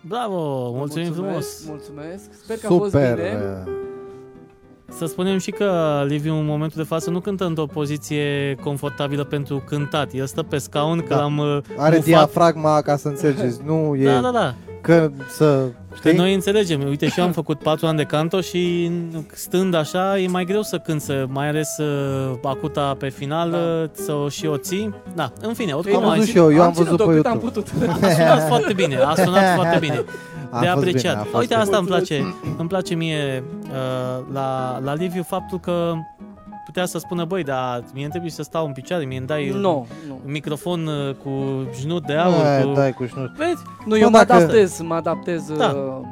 Speaker 1: Bravo, mulțumim frumos!
Speaker 3: Mulțumesc, sper că a fost
Speaker 2: Super.
Speaker 3: bine.
Speaker 2: uh,
Speaker 1: Să spunem și că Liviu în momentul de față nu cântă într-o poziție confortabilă pentru cântat. El stă pe scaun, că
Speaker 2: Da.
Speaker 1: l-am uh,
Speaker 2: Are
Speaker 1: bufat.
Speaker 2: diafragma ca să înțelegeți, nu e
Speaker 1: Da, da, da.
Speaker 2: că să
Speaker 1: Că
Speaker 2: știi?
Speaker 1: noi înțelegem. Uite, și eu am făcut patru ani de canto și stând așa e mai greu să cânt, să, mai ales uh, acuta pe final, uh, să o și o ții. Da, în fine,
Speaker 2: am
Speaker 1: oricum
Speaker 2: văzut
Speaker 1: a,
Speaker 2: și eu, eu am văzut
Speaker 3: ținut-o
Speaker 2: pe
Speaker 3: cât
Speaker 2: YouTube.
Speaker 3: Păi am putut.
Speaker 1: a sunat foarte bine, a sunat foarte bine.
Speaker 2: A
Speaker 1: de
Speaker 2: fost bine,
Speaker 1: apreciat.
Speaker 2: a fost
Speaker 1: Uite,
Speaker 2: bine.
Speaker 1: asta îmi place, îmi place mie uh, la, la Liviu faptul că putea să spună, băi, dar mie trebuie să stau în picioare, mie îmi dai
Speaker 3: Nu, nu.
Speaker 1: un microfon uh, cu jnut de aur,
Speaker 2: Ai,
Speaker 1: cu...
Speaker 2: dai cu șnur.
Speaker 1: Vezi?
Speaker 3: Nu,
Speaker 2: Bă,
Speaker 3: eu mă
Speaker 2: dacă-
Speaker 3: adaptez, mă adaptez
Speaker 1: Da.
Speaker 3: uh,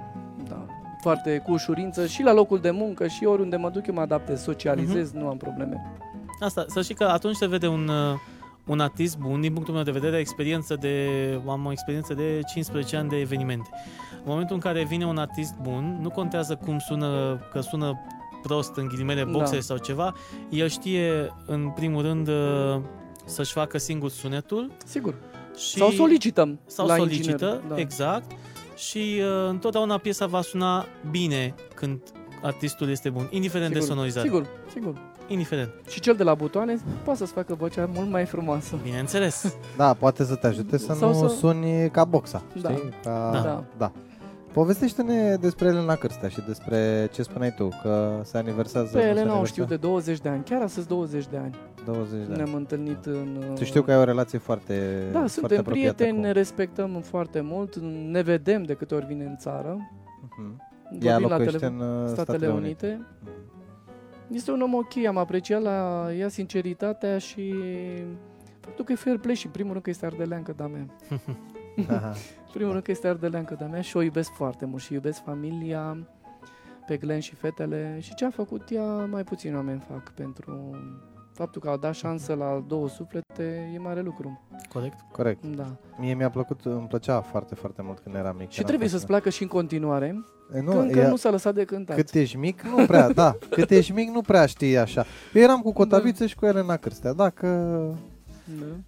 Speaker 3: da, foarte cu ușurință și la locul de muncă și oriunde mă duc eu mă adaptez, socializez,
Speaker 2: Mhm.
Speaker 3: nu am probleme.
Speaker 1: Asta, să știi că atunci se vede un, uh, un artist bun, din punctul meu de vedere, experiență de, am o experiență de 15 ani de evenimente. În momentul în care vine un artist bun, nu contează cum sună, că sună prost în ghilimele boxe
Speaker 3: Da.
Speaker 1: sau ceva, el știe în primul rând uh, să-și facă singur sunetul
Speaker 3: Sigur.
Speaker 1: și
Speaker 3: Sau solicităm
Speaker 1: sau
Speaker 3: la
Speaker 1: solicită,
Speaker 3: inginer, da.
Speaker 1: exact, și uh, întotdeauna piesa va suna bine când artistul este bun, indiferent
Speaker 3: sigur,
Speaker 1: de sonorizare.
Speaker 3: Sigur, sigur.
Speaker 1: Indiferent,
Speaker 3: Și cel de la butoane poate să-ți facă vocea mult mai frumoasă.
Speaker 1: bineînțeles.
Speaker 2: Da, poate să te ajute să
Speaker 3: Sau
Speaker 2: nu
Speaker 3: să-
Speaker 2: suni ca boxa,
Speaker 3: Da.
Speaker 2: știi? Ca...
Speaker 3: Da.
Speaker 2: da. Povestește-ne despre Elena Cârstea și despre ce spuneai tu, că se aniversează.
Speaker 3: Pe
Speaker 2: nu se
Speaker 3: Elena o știu
Speaker 2: aniversează?
Speaker 3: de 20 de ani, chiar astăzi 20 de ani.
Speaker 2: 20 de ani.
Speaker 3: Ne-am întâlnit în... uh,
Speaker 2: Exact. Tu știu că ai o relație foarte
Speaker 3: Da,
Speaker 2: foarte
Speaker 3: suntem
Speaker 2: apropiată
Speaker 3: prieteni, ne
Speaker 2: Cu...
Speaker 3: respectăm foarte mult, ne vedem de câte ori vine în țară.
Speaker 2: Mhm. Ea
Speaker 3: Vorbim la
Speaker 2: locuiește
Speaker 3: telefon,
Speaker 2: în uh,
Speaker 3: Statele Unite. Este un om ok, am apreciat la ea sinceritatea și faptul că e fair play și în primul rând că este ardeleancă de-a mea.
Speaker 2: Aha.
Speaker 3: În
Speaker 2: Da.
Speaker 3: primul rând că este ardeleancă de-a mea și o iubesc foarte mult și iubesc familia, pe Glen și fetele și ce a făcut ea mai puțin oameni fac pentru faptul că a dat
Speaker 2: Mhm.
Speaker 3: șansă la două suflete e mare lucru.
Speaker 1: Corect.
Speaker 2: Corect.
Speaker 3: Da.
Speaker 2: Mie mi-a plăcut, îmi plăcea foarte, foarte mult când eram mic.
Speaker 3: Și
Speaker 2: când am
Speaker 3: trebuie
Speaker 2: fost-
Speaker 3: să-ți placă și în continuare,
Speaker 2: E,
Speaker 3: că
Speaker 2: Nu,
Speaker 3: încă
Speaker 2: ea,
Speaker 3: nu s-a lăsat de cântat.
Speaker 2: cât ești mic, nu prea, da. Cât ești mic, nu prea știi așa. Eu eram cu Cotaviță și cu Elena Cârstea. Dacă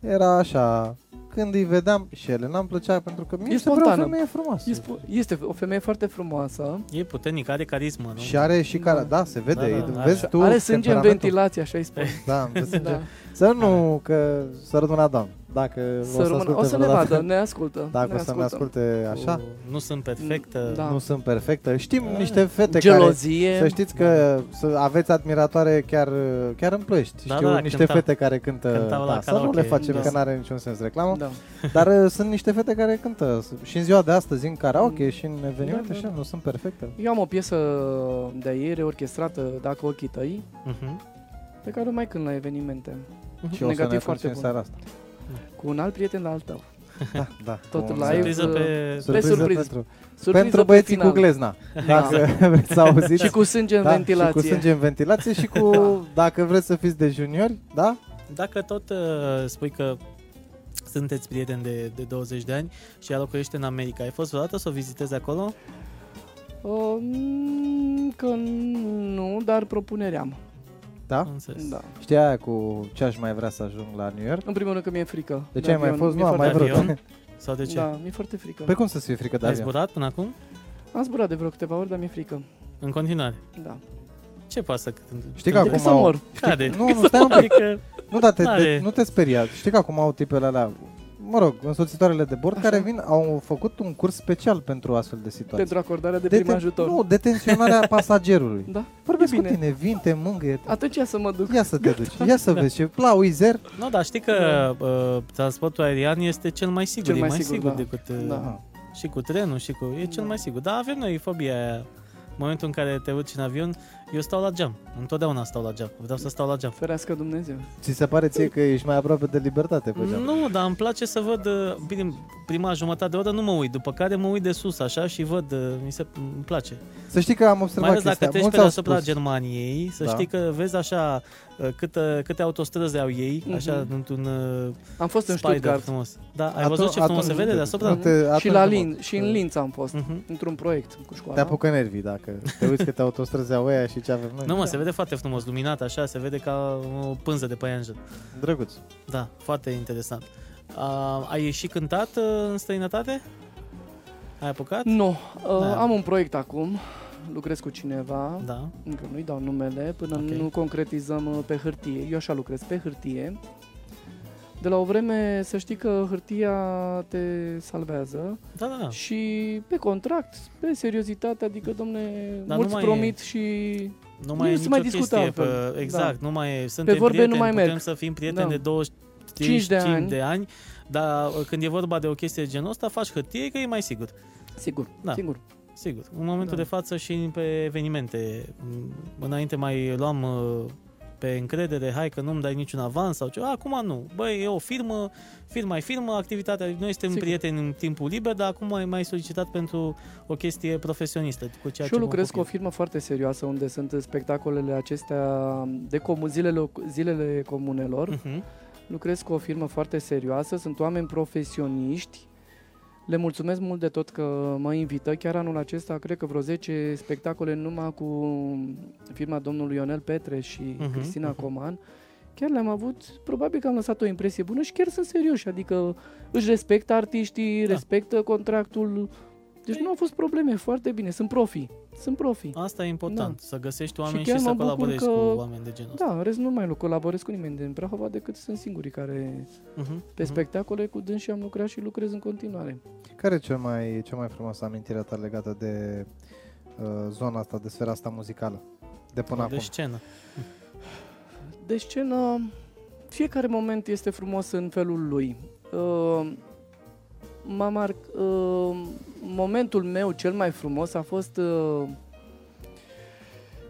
Speaker 3: Da.
Speaker 2: Era așa, când îi vedeam și ele, n-am plăcea pentru că mie
Speaker 3: E
Speaker 2: mi se părea o
Speaker 3: spontană.
Speaker 2: femeie frumoasă.
Speaker 3: E spo- Este o femeie foarte frumoasă.
Speaker 1: E puternic, are carismă, nu?
Speaker 2: și are și care,
Speaker 3: Da.
Speaker 2: da, se vede,
Speaker 1: Da,
Speaker 2: da,
Speaker 1: da, da.
Speaker 2: vezi
Speaker 1: Așa.
Speaker 2: tu
Speaker 3: Are sânge în
Speaker 2: temperamentul.
Speaker 3: ventilație, așa îi spun.
Speaker 2: Da, am văzut sânge.
Speaker 3: Da.
Speaker 2: Să nu, că să rămân Adam, dacă
Speaker 3: Să rămână. O
Speaker 2: asculte
Speaker 3: să ne
Speaker 2: vreodată.
Speaker 3: vadă, ne ascultă.
Speaker 2: Dacă
Speaker 3: ne
Speaker 2: o să ne asculte așa,
Speaker 1: Cu- Nu sunt perfectă.
Speaker 3: Da.
Speaker 2: nu sunt perfectă. Știm
Speaker 1: Da.
Speaker 2: niște fete
Speaker 3: Gelozie.
Speaker 2: care,
Speaker 3: Da.
Speaker 2: să știți că să aveți admiratoare chiar, chiar în plăști.
Speaker 1: Da,
Speaker 2: Știu
Speaker 1: da,
Speaker 2: niște
Speaker 1: cânta-
Speaker 2: fete care cântă,
Speaker 1: cântau la
Speaker 2: da, să nu
Speaker 1: karaoke.
Speaker 2: le facem,
Speaker 3: Da.
Speaker 2: că n-are niciun sens reclamă.
Speaker 3: Da.
Speaker 2: Dar uh, sunt niște fete care cântă s- și în ziua de astăzi în karaoke și în evenimente
Speaker 3: Da, Mhm. da,
Speaker 2: și nu sunt perfecte.
Speaker 3: Eu am o piesă de ieri orchestrată, Dacă ochii tăi,
Speaker 1: Mhm.
Speaker 3: pe care o mai cânt la evenimente.
Speaker 2: Și o să
Speaker 3: Negativ
Speaker 2: ne
Speaker 3: foarte
Speaker 2: foarte în
Speaker 3: bun.
Speaker 2: seara asta.
Speaker 3: Cu un alt prieten al tău.
Speaker 2: Da, da.
Speaker 3: Tot
Speaker 2: Cu un-
Speaker 3: live, uh,
Speaker 1: Surpriză pe...
Speaker 2: Surpriză
Speaker 3: surpriză.
Speaker 2: pentru,
Speaker 3: Surpriză
Speaker 2: pentru
Speaker 3: pe
Speaker 2: băieții
Speaker 3: final. Da.
Speaker 2: cu glezna. Dacă vreți să auziți.
Speaker 3: Și cu sânge în
Speaker 2: da,
Speaker 3: ventilație. Da.
Speaker 2: Și cu sânge în ventilație și cu, dacă vreți să fiți de juniori, da?
Speaker 1: Dacă tot uh, spui că sunteți prieteni de, de 20 de ani și ea locuiește în America, ai fost vreodată să o vizitezi acolo?
Speaker 2: Da.
Speaker 3: Uh, mm, Că nu, dar propunerea am.
Speaker 2: Da?
Speaker 1: Am înțeles.
Speaker 3: Da.
Speaker 2: Știa aia cu ce aș mai vrea să ajung la New York?
Speaker 3: În primul rând că mi-e frică.
Speaker 2: De ce ai mai
Speaker 3: avion.
Speaker 2: fost?
Speaker 3: Mi-e
Speaker 2: Nu am mai
Speaker 3: foarte
Speaker 1: vrut.
Speaker 2: vrut.
Speaker 3: frică.
Speaker 1: avion? Sau de ce?
Speaker 3: Da, mi-e foarte frică.
Speaker 2: Păi cum să-ți fie frică de
Speaker 1: Ai
Speaker 2: avion?
Speaker 1: zburat până acum?
Speaker 3: Am zburat de vreo câteva ori, dar mi-e frică.
Speaker 1: În continuare.
Speaker 3: Da.
Speaker 1: Ce poate să...
Speaker 2: Știi că
Speaker 3: Decât
Speaker 2: acum
Speaker 3: să
Speaker 2: au-
Speaker 3: mor.
Speaker 1: Cade.
Speaker 2: Nu, nu, stai un pic.
Speaker 1: Adică,
Speaker 2: Nu, dar te,
Speaker 1: Are-
Speaker 2: te, nu te speria. Știi că acum au tipele alea, mă rog, însoțitoarele de bord care vin, au făcut un curs special pentru astfel de situații.
Speaker 3: Pentru acordarea de prim ajutor.
Speaker 2: Nu, detenționarea pasagerului.
Speaker 3: Da.
Speaker 2: Vorbesc
Speaker 3: E
Speaker 2: cu
Speaker 3: bine.
Speaker 2: tine, vin, te mângâie.
Speaker 3: Atunci ia să mă duc.
Speaker 2: Ia să te duci, ia
Speaker 1: Da.
Speaker 2: să vezi ce... La Wizer,
Speaker 1: nu, dar știi că
Speaker 2: Da.
Speaker 1: uh, transportul aerian este cel mai sigur.
Speaker 3: Cel
Speaker 1: e
Speaker 3: mai
Speaker 1: mai
Speaker 3: sigur,
Speaker 1: sigur
Speaker 3: da.
Speaker 1: decât... uh,
Speaker 3: Da.
Speaker 1: Și cu trenul și cu... E cel
Speaker 3: Da.
Speaker 1: mai sigur. Dar avem noi fobia aia. În momentul în care te urci în avion, eu stau la geam. Întotdeauna stau la geam. Vreau să stau la geam.
Speaker 3: Ferească Dumnezeu.
Speaker 2: ți se pare ție că ești mai aproape de libertate pe geam?
Speaker 1: Nu, dar îmi place să văd, uh, bine, prima jumătate de oră nu mă uit, după care mă uit de sus așa și văd, uh, mi se îmi place.
Speaker 2: Să știi că am
Speaker 1: Mai
Speaker 2: observat
Speaker 1: ales dacă
Speaker 2: chestia.
Speaker 1: treci pe
Speaker 2: Mulți au
Speaker 1: deasupra
Speaker 2: spus.
Speaker 1: Germaniei, să
Speaker 2: Da.
Speaker 1: știi că vezi așa uh, cât, uh, câte autostrăzi au ei, așa
Speaker 3: Mhm.
Speaker 1: într-un uh,
Speaker 3: Am fost în
Speaker 1: spider
Speaker 3: Stuttgart. Mhm.
Speaker 1: frumos. Da, ai
Speaker 2: Atunci-
Speaker 1: văzut ce frumos
Speaker 2: atunci
Speaker 1: se
Speaker 2: nu
Speaker 1: vede
Speaker 2: te-
Speaker 1: deasupra?
Speaker 2: nu te-
Speaker 3: Și,
Speaker 2: atunci
Speaker 3: la
Speaker 2: nu mă-
Speaker 3: Lin, și în Linz am fost.
Speaker 1: Mhm.
Speaker 3: Într-un proiect cu
Speaker 2: Te
Speaker 3: școala.
Speaker 2: apucă nervii dacă te uiți câte autostrăzi au ăia și ce avem noi.
Speaker 1: Nu mă, se vede foarte frumos, luminat așa, se vede ca o pânză de paianjen.
Speaker 2: Drăguț.
Speaker 1: Da, foarte interesant. Uh, ai și cântat uh, în străinătate? Ai apucat?
Speaker 3: Nu, uh,
Speaker 1: Da.
Speaker 3: am un proiect acum lucrez cu cineva,
Speaker 1: Da.
Speaker 3: încă nu-i dau numele, până
Speaker 1: Ok.
Speaker 3: nu concretizăm uh, pe hârtie. Eu așa lucrez, pe hârtie. De la o vreme să știi că hârtia te salvează
Speaker 1: Da, da, da.
Speaker 3: și pe contract, pe seriozitate, adică, domne,
Speaker 1: Dar
Speaker 3: mulți
Speaker 1: nu mai
Speaker 3: promit și
Speaker 1: Nu mai
Speaker 3: Nu
Speaker 1: e
Speaker 3: se
Speaker 1: nicio
Speaker 3: mai discută
Speaker 1: chestie.
Speaker 3: altfel. Da.
Speaker 1: Pe, exact, nu mai e. Suntem
Speaker 3: vorbe nu
Speaker 1: prieteni,
Speaker 3: mai
Speaker 1: putem
Speaker 3: merg.
Speaker 1: să fim prieteni
Speaker 3: Da.
Speaker 1: de 25
Speaker 3: Cinci
Speaker 1: de
Speaker 3: de
Speaker 1: ani.
Speaker 3: ani.
Speaker 1: de ani, dar uh, când e vorba de o chestie de genul ăsta, faci hârtie că e mai sigur.
Speaker 3: sigur,
Speaker 1: Da.
Speaker 3: sigur.
Speaker 1: Sigur. În momentul
Speaker 3: Da.
Speaker 1: de față și pe evenimente. M- Înainte mai luam uh, pe încredere, hai că nu-mi dai niciun avans sau ceva. Acum nu. Băi, e o firmă, firma e firmă, activitatea. Noi suntem
Speaker 3: Sigur.
Speaker 1: prieteni în timpul liber, dar acum e mai solicitat pentru o chestie profesionistă. Cu ceea
Speaker 3: Și eu
Speaker 1: ce mă
Speaker 3: lucrez cu o
Speaker 1: ocup
Speaker 3: firmă foarte serioasă unde sunt spectacolele acestea de comun, zilele, zilele comunelor.
Speaker 1: eu. Mhm.
Speaker 3: Lucrez cu o firmă foarte serioasă, sunt oameni profesioniști. Le mulțumesc mult de tot că mă invită. Chiar anul acesta, cred că vreo 10 spectacole numai cu firma domnului Ionel Petre și
Speaker 1: Mhm,
Speaker 3: Cristina
Speaker 1: mhm.
Speaker 3: Coman. Chiar le-am avut, probabil că am lăsat o impresie bună și chiar sunt serioși, adică își respectă artiștii,
Speaker 1: Da. Păi
Speaker 3: respectă contractul. Deci nu au fost probleme, foarte bine, sunt profi, sunt profi.
Speaker 1: Asta e important, să găsești oameni și,
Speaker 3: Da. chiar mă
Speaker 1: să
Speaker 3: bucur
Speaker 1: colaborezi
Speaker 3: că-
Speaker 1: cu oameni de genul ăsta.
Speaker 3: Da, în rest nu mai colaborez cu nimeni din Prahova decât sunt singurii care
Speaker 1: Mhm,
Speaker 3: Pe
Speaker 1: mhm.
Speaker 3: spectacole cu dâns și am lucrat și lucrez în continuare.
Speaker 2: Care e cea mai, cea mai frumoasă amintire a ta legată de uh, zona asta, de sfera asta muzicală? De
Speaker 3: Păi,
Speaker 2: până
Speaker 1: de
Speaker 2: acum.
Speaker 3: deci,
Speaker 1: scenă.
Speaker 3: De scenă, fiecare moment este frumos în felul lui. Uh, m-a marc- uh, momentul meu cel mai frumos a fost uh,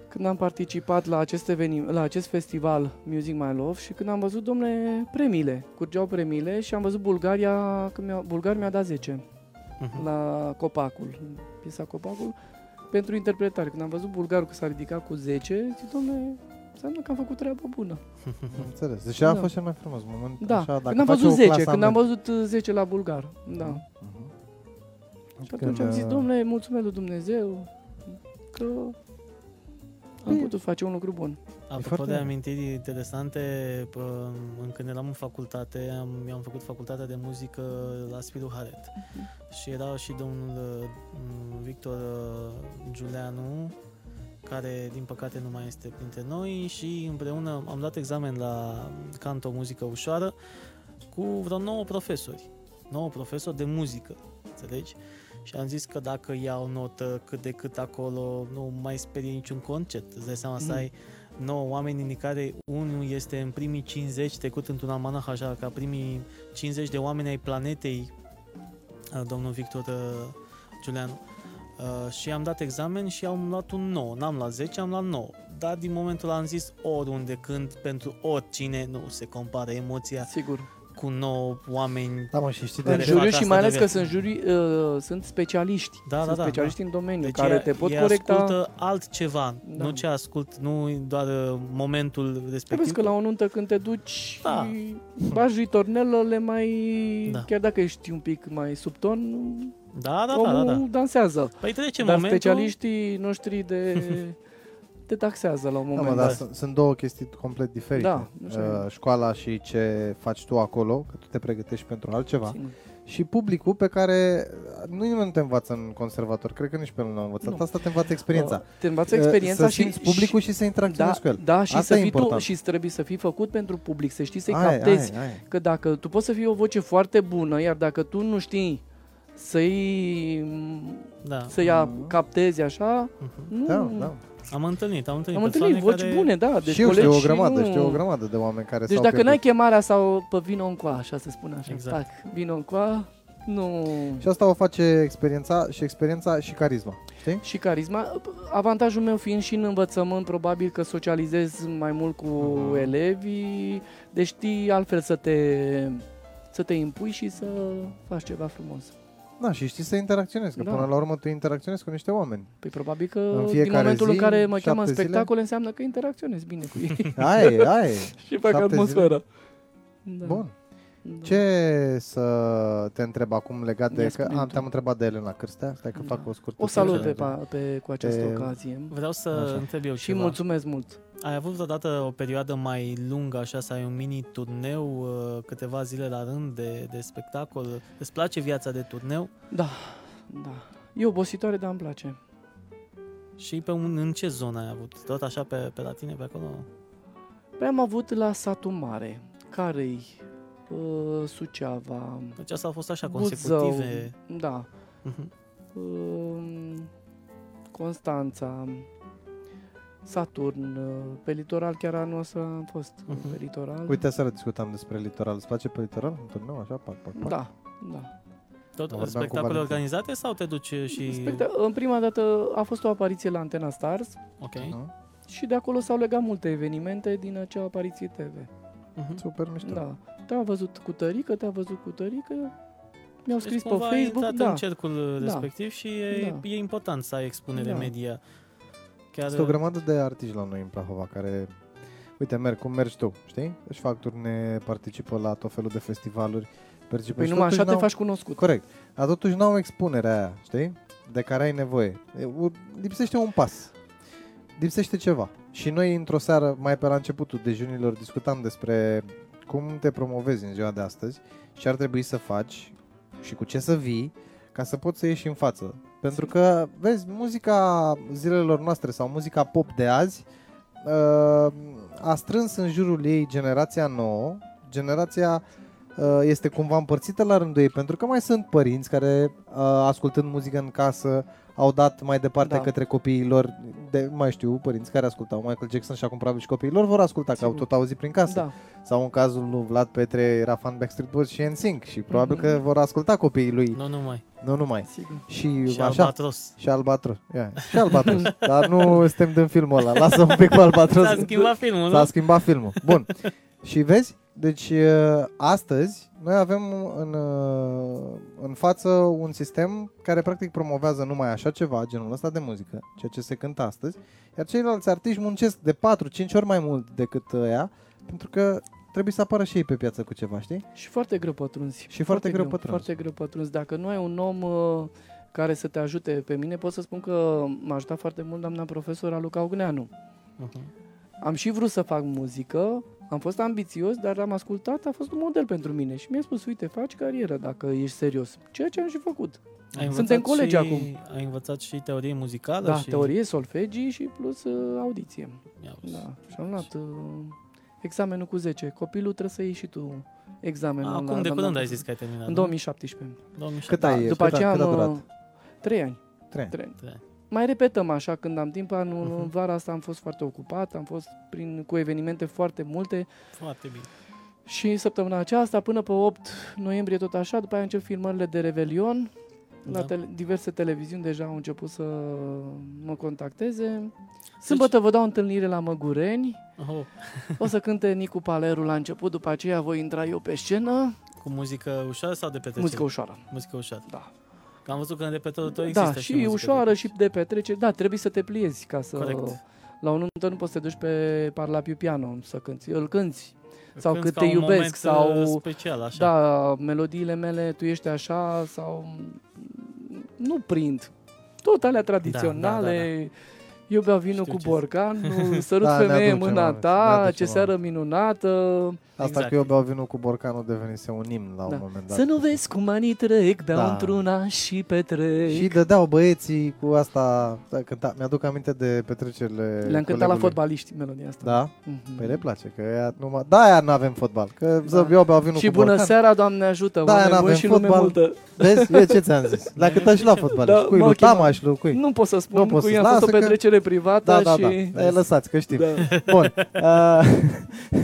Speaker 3: când am participat la acest, evenim- la acest festival Music My Love și când am văzut, domne, premiile. Curgeau premiile și am văzut Bulgaria, că mi-a, Bulgaria mi-a dat 10.
Speaker 1: Mhm.
Speaker 3: la Copacul, piesa Copacul, pentru interpretare. Când am văzut bulgarul că s-a ridicat cu 10, zic, domne, înseamnă că am făcut treaba bună.
Speaker 2: Am Înțeles. Deci da. a
Speaker 3: Da.
Speaker 2: fost cel mai frumos moment.
Speaker 3: Da,
Speaker 2: Așa, dacă
Speaker 3: când am
Speaker 2: faci
Speaker 3: văzut
Speaker 2: un
Speaker 3: 10, când am
Speaker 2: clasament.
Speaker 3: văzut uh, 10 la bulgar, da.
Speaker 1: Mm.
Speaker 2: Mhm.
Speaker 3: Și atunci
Speaker 2: Când,
Speaker 3: am zis,
Speaker 2: uh,
Speaker 3: domne, mulțumesc lui Dumnezeu că am
Speaker 2: Bine.
Speaker 3: putut face un lucru bun.
Speaker 1: Apropo
Speaker 2: foarte
Speaker 1: de
Speaker 2: bine.
Speaker 1: amintiri interesante, pă, în- când eram în facultate, am, mi-am făcut facultatea de muzică la Spiru Haret. Și era și domnul uh, m, Victor uh, Giuleanu, care din păcate nu mai este printre noi și împreună am dat examen la canto muzică ușoară cu vreo 9 profesori, 9 profesori de muzică, înțelegi? Și am zis că dacă iau notă cât de cât acolo, nu mai sperie niciun concert. Îți dai seama să
Speaker 3: Mhm.
Speaker 1: ai 9 oameni din care unul este în primii 50, trecut într-un almanach așa, ca primii 50 de oameni ai planetei, uh, domnul Victor uh, Giulianu. Uh, și am dat examen și am luat un 9. N-am luat 10, am luat 9. Dar din momentul ăla am zis oriunde, când, pentru oricine, nu se compară emoția
Speaker 3: Sigur.
Speaker 1: cu 9 oameni.
Speaker 2: Da, mă, și știi de
Speaker 1: Da. În
Speaker 3: În
Speaker 1: Care
Speaker 2: ce?
Speaker 1: jur- fac
Speaker 3: juriu
Speaker 1: asta
Speaker 3: și mai
Speaker 1: de
Speaker 3: ales că
Speaker 1: viață.
Speaker 3: sunt juri, uh, sunt specialiști.
Speaker 1: Da,
Speaker 3: sunt
Speaker 1: da, da,
Speaker 3: specialiști în domeniu,
Speaker 1: Deci
Speaker 3: care
Speaker 1: ea-
Speaker 3: te pot
Speaker 1: ea
Speaker 3: corecta.
Speaker 1: ascultă altceva,
Speaker 3: Da.
Speaker 1: nu ce ascult, nu doar uh, momentul
Speaker 3: Te
Speaker 1: respectiv.
Speaker 3: vezi că la o nuntă când te duci,
Speaker 1: Da.
Speaker 3: da. bagi ritornelă, le mai...
Speaker 1: Da.
Speaker 3: Da. Chiar dacă ești un pic mai sub ton,
Speaker 1: Da, da, da, da,
Speaker 3: omul
Speaker 1: da.
Speaker 3: dansează.
Speaker 1: Păi trece
Speaker 3: Dar
Speaker 1: momentul...
Speaker 3: specialiștii noștri de... te taxează la un
Speaker 2: Da,
Speaker 3: moment
Speaker 2: mă,
Speaker 3: dat.
Speaker 2: dar
Speaker 1: da.
Speaker 2: sunt, sunt două chestii complet diferite.
Speaker 3: Da, așa e.
Speaker 2: uh, școala și ce faci tu acolo, că tu te pregătești pentru altceva.
Speaker 3: Sigur.
Speaker 2: și publicul pe care uh, nu nimeni nu te învață în conservator, cred că nici pe el nu l-a învățat,
Speaker 3: Nu. Uh,
Speaker 2: asta te învață experiența.
Speaker 3: Te învață experiența
Speaker 2: să
Speaker 3: și...
Speaker 2: simți publicul și, să
Speaker 3: da,
Speaker 2: interacționezi cu el.
Speaker 3: da, și
Speaker 2: Asta
Speaker 3: să
Speaker 2: e
Speaker 3: fii tu
Speaker 2: important.
Speaker 3: și trebuie să fii făcut pentru public, să știi să-i
Speaker 2: Aia e,
Speaker 3: captezi.
Speaker 2: aia e, aia e.
Speaker 3: Că dacă tu poți să fii o voce foarte bună, iar dacă tu nu știi să-i,
Speaker 1: Da.
Speaker 3: să-i a- captezi așa,
Speaker 1: Mhm.
Speaker 3: nu,
Speaker 2: Da, da.
Speaker 1: Am întâlnit, am întâlnit
Speaker 3: Am întâlnit voci
Speaker 1: care...
Speaker 3: bune, da. Mm. Deci
Speaker 2: și eu știu
Speaker 3: colegi
Speaker 2: o grămadă,
Speaker 3: nu...
Speaker 2: știu o grămadă de oameni care
Speaker 3: Deci
Speaker 2: s-au
Speaker 3: dacă n-ai
Speaker 2: pierdut.
Speaker 3: chemarea sau pe vino încoa, așa se spune așa,
Speaker 1: Exact.
Speaker 3: exact. tac, vino încoa, nu...
Speaker 2: Și asta o face experiența și experiența și carisma, știi?
Speaker 3: Și carisma, avantajul meu fiind și în învățământ, probabil că socializez mai mult cu
Speaker 2: Mhm.
Speaker 3: elevii, deci știi altfel să te, să te impui și să faci ceva frumos.
Speaker 2: Da, și știi să interacționezi, că
Speaker 3: Da.
Speaker 2: până la urmă tu interacționezi cu niște oameni.
Speaker 3: Păi probabil
Speaker 2: În
Speaker 3: că din
Speaker 2: fiecare
Speaker 3: momentul
Speaker 2: zi,
Speaker 3: în care mă cheamă în
Speaker 2: șapte zile?
Speaker 3: spectacol înseamnă că interacționez bine cu ei
Speaker 2: Aia e, aia e.
Speaker 3: și fac
Speaker 2: Șapte zile?
Speaker 3: atmosferă. Da.
Speaker 2: Bun.
Speaker 3: Da.
Speaker 2: Ce să te întreb acum legat de...
Speaker 3: Ia
Speaker 2: Că
Speaker 3: spune
Speaker 2: am,
Speaker 3: tu.
Speaker 2: te-am întrebat de Elena Cârstea, stai că fac
Speaker 3: Da.
Speaker 2: o scurtă...
Speaker 3: O salut pe,
Speaker 2: trecere.
Speaker 3: pa- pe, cu această
Speaker 2: Pe-
Speaker 3: ocazie.
Speaker 1: Vreau să
Speaker 2: Așa.
Speaker 1: întreb eu
Speaker 3: Și
Speaker 1: ceva.
Speaker 3: mulțumesc mult.
Speaker 1: Ai avut vreodată o perioadă mai lungă, așa, să ai un mini turneu, uh, câteva zile la rând de, de spectacol? Îți place viața de turneu?
Speaker 3: Da, da. E obositoare, dar îmi place.
Speaker 1: Și pe un, în ce zonă ai avut? Tot așa pe, pe la tine, pe acolo?
Speaker 3: Păi am avut la satul mare, Carei, uh, Suceava,
Speaker 1: Deci asta au fost așa,
Speaker 3: Buzău,
Speaker 1: consecutive.
Speaker 3: da,
Speaker 1: Mhm.
Speaker 3: uh, Constanța, Saturn, uh, pe litoral chiar anul ăsta am fost uh,
Speaker 1: Mhm.
Speaker 3: pe litoral.
Speaker 2: Uite, seara discutam despre litoral. Îți place pe litoral? Într-un nou, așa, pac, pac, pac.
Speaker 3: Da, da.
Speaker 1: Tot
Speaker 2: Vorbeam cu
Speaker 1: spectacole
Speaker 2: Valentin.
Speaker 1: organizate sau te duci și...
Speaker 3: Specta- în prima dată a fost o apariție la Antena Stars
Speaker 1: Ok.
Speaker 2: Da.
Speaker 3: și de acolo s-au legat multe evenimente din acea apariție TV.
Speaker 1: Mhm.
Speaker 2: Super mișto.
Speaker 3: Da, te-a văzut cu tărică, te-a văzut cu tărică, mi-au
Speaker 1: Deci
Speaker 3: scris pe
Speaker 1: cumva ai
Speaker 3: Facebook,
Speaker 1: intrat
Speaker 3: da.
Speaker 1: în cercul
Speaker 3: Da.
Speaker 1: respectiv și e,
Speaker 3: Da.
Speaker 1: e important să ai expunere
Speaker 3: Da.
Speaker 1: media. Chiar
Speaker 2: Sunt o grămadă de artiști la noi în Prahova care, uite, merg cum mergi tu, știi? Își fac turne, participă la tot felul de festivaluri, participă
Speaker 3: Păi
Speaker 2: și
Speaker 3: numai
Speaker 2: Deci totuși
Speaker 3: așa te
Speaker 2: n-au-
Speaker 3: faci cunoscut.
Speaker 2: Corect. Dar totuși n-au expunerea aia, știi? De care ai nevoie. E, u- Lipsește un pas. Lipsește ceva. Și noi într-o seară, mai pe la începutul dejunilor, discutam despre cum te promovezi în ziua de astăzi ce ar trebui să faci și cu ce să vii ca să poți să ieși în față. Pentru că, vezi, muzica zilelor noastre sau muzica pop de azi uh, a strâns în jurul ei generația nouă, generația uh, este cumva împărțită la rândul ei, pentru că mai sunt părinți care, uh, ascultând muzică în casă, au dat mai departe
Speaker 3: Da.
Speaker 2: către copiii lor, de, mai știu, părinți care ascultau Michael Jackson și acum probabil și copiii lor vor asculta, că au
Speaker 3: Sigur.
Speaker 2: tot auzit prin casă
Speaker 3: Da,
Speaker 2: sau în cazul lui Vlad Petre era fan Backstreet Boys și NSYNC și probabil
Speaker 3: Mhm.
Speaker 2: că vor asculta copiii lui,
Speaker 1: Nu numai.
Speaker 2: nu numai.
Speaker 3: sigur.
Speaker 2: Și,
Speaker 1: Și
Speaker 2: așa,
Speaker 1: albatros.
Speaker 2: și Albatros. Ia, și Albatros. Dar nu suntem din filmul ăla. Lasă un pic cu Albatros.
Speaker 1: S-a schimbat filmul,
Speaker 2: S-a
Speaker 1: nu?
Speaker 2: schimbat filmul. Bun. și vezi? Deci uh, astăzi noi avem în, uh, în față un sistem care practic promovează numai așa ceva, genul ăsta de muzică, ceea ce se cântă astăzi, iar ceilalți artiști muncesc de 4-5 ori mai mult decât ea, pentru că trebuie să apară și ei pe piață cu ceva, știi?
Speaker 3: Și foarte greu pătrunzi.
Speaker 2: foarte greu pătrunzi.
Speaker 3: Foarte greu pătrunzi. Dacă nu ai un om uh, care să te ajute pe mine, pot să spun că m-a ajutat foarte mult doamna profesora Luca Ogneanu. Da.
Speaker 1: Mhm.
Speaker 3: Am și vrut să fac muzică, am fost ambițios, dar am ascultat, a fost un model pentru mine și mi-a spus, uite, faci carieră dacă ești serios. Ceea ce am și făcut.
Speaker 1: Ai
Speaker 3: Suntem
Speaker 1: învățat
Speaker 3: colegi
Speaker 1: și,
Speaker 3: acum.
Speaker 1: Ai învățat și teorie muzicală?
Speaker 3: Da,
Speaker 1: și...
Speaker 3: teorie, solfegii și plus uh, audiție.
Speaker 1: Ia uzi.
Speaker 3: Da, și am luat uh, examenul cu 10. Copilul trebuie să iei și tu examenul. la
Speaker 1: Acum de
Speaker 3: doamna
Speaker 1: curând ai
Speaker 3: profesor.
Speaker 1: zis că da, ai terminat,
Speaker 3: În 2017.
Speaker 1: 2000.
Speaker 2: Cât ai,
Speaker 3: După
Speaker 2: cât, a,
Speaker 3: aceea
Speaker 2: cât a
Speaker 3: am,
Speaker 2: durat?
Speaker 3: 3 ani.
Speaker 2: Trei ani. Mhm.
Speaker 3: Trei ani. Mai repetăm așa când am timp. Anul în vara asta am fost foarte ocupat, am fost prin, cu evenimente foarte multe
Speaker 1: Da, Foarte bine.
Speaker 3: și săptămâna aceasta până pe 8 noiembrie tot așa, după aia încep filmările de Revelion. La
Speaker 1: Da.
Speaker 3: tele- diverse televiziuni deja au început să mă contacteze. Sâmbătă vă dau întâlnire la Măgureni.
Speaker 1: Oh,
Speaker 3: O să cânte Nicu Paleru la început, după aceea voi intra eu pe scenă.
Speaker 1: cu muzică ușoară sau de petrecere?
Speaker 3: Muzică ușoară,
Speaker 1: Muzică ușoară.
Speaker 3: da.
Speaker 1: Că am văzut că în repetorul tău există
Speaker 3: Da,
Speaker 1: și
Speaker 3: și
Speaker 1: muzică
Speaker 3: ușoară
Speaker 1: de-
Speaker 3: și de petrecere. Da, trebuie să te pliezi ca să...
Speaker 1: Corect.
Speaker 3: La o nuntă nu poți să te duci pe parlapiu piano să cânti. Îl cânti. Sau
Speaker 1: Când
Speaker 3: cât
Speaker 1: ca
Speaker 3: te
Speaker 1: un
Speaker 3: iubesc,
Speaker 1: moment,
Speaker 3: sau-
Speaker 1: uh, special, așa.
Speaker 3: Da, melodiile mele, tu ești așa sau... Nu prind. Tot alea
Speaker 1: Da,
Speaker 3: tradiționale. Da, da, da, Eu beau vinul
Speaker 1: Știu
Speaker 3: cu
Speaker 1: ce-
Speaker 3: borcanul, sărut
Speaker 2: Da,
Speaker 3: da,
Speaker 2: ne
Speaker 3: femeie în
Speaker 2: aduce,
Speaker 3: mâna
Speaker 2: mamă, ne
Speaker 3: ta,
Speaker 2: aduce,
Speaker 3: ce
Speaker 2: mamă.
Speaker 3: seară minunată.
Speaker 2: Asta
Speaker 1: Exact.
Speaker 2: că eu beau vinul cu borcanul devenise un imn la
Speaker 3: Da.
Speaker 2: un moment dat.
Speaker 3: Să nu vezi cum anii trec, beau
Speaker 2: Da.
Speaker 3: într-una și petrec.
Speaker 2: Și dădeau băieții cu asta, da, cânta, mi-aduc aminte de petrecerile
Speaker 3: Le-am cântat la
Speaker 2: colegului.
Speaker 3: fotbaliști melodia asta.
Speaker 2: Da?
Speaker 3: Mhm.
Speaker 2: Păi le place, că ea numai... Da, aia nu avem fotbal, că da. eu beau vinul
Speaker 3: Și
Speaker 2: cu
Speaker 3: bună
Speaker 2: borcan.
Speaker 3: seara, Doamne ajută,
Speaker 2: Da,
Speaker 3: da, oameni
Speaker 2: n-avem
Speaker 3: buni și lume
Speaker 2: fotbal.
Speaker 3: multă.
Speaker 2: Vezi? Eu ce ți-am zis? La cât aș la fotbal,
Speaker 3: Da,
Speaker 2: da, cui
Speaker 3: m-au
Speaker 2: lui
Speaker 3: chemat.
Speaker 2: Tamaș, lui cui?
Speaker 3: Nu pot să
Speaker 2: Nu
Speaker 3: spun,
Speaker 2: pot
Speaker 3: cu
Speaker 2: să-
Speaker 3: i-am fost o
Speaker 2: lasă că-
Speaker 3: petrecere privată
Speaker 2: Da, da,
Speaker 3: și...
Speaker 2: da, da. lăsați că știm.
Speaker 3: da.
Speaker 2: Bun. Uh,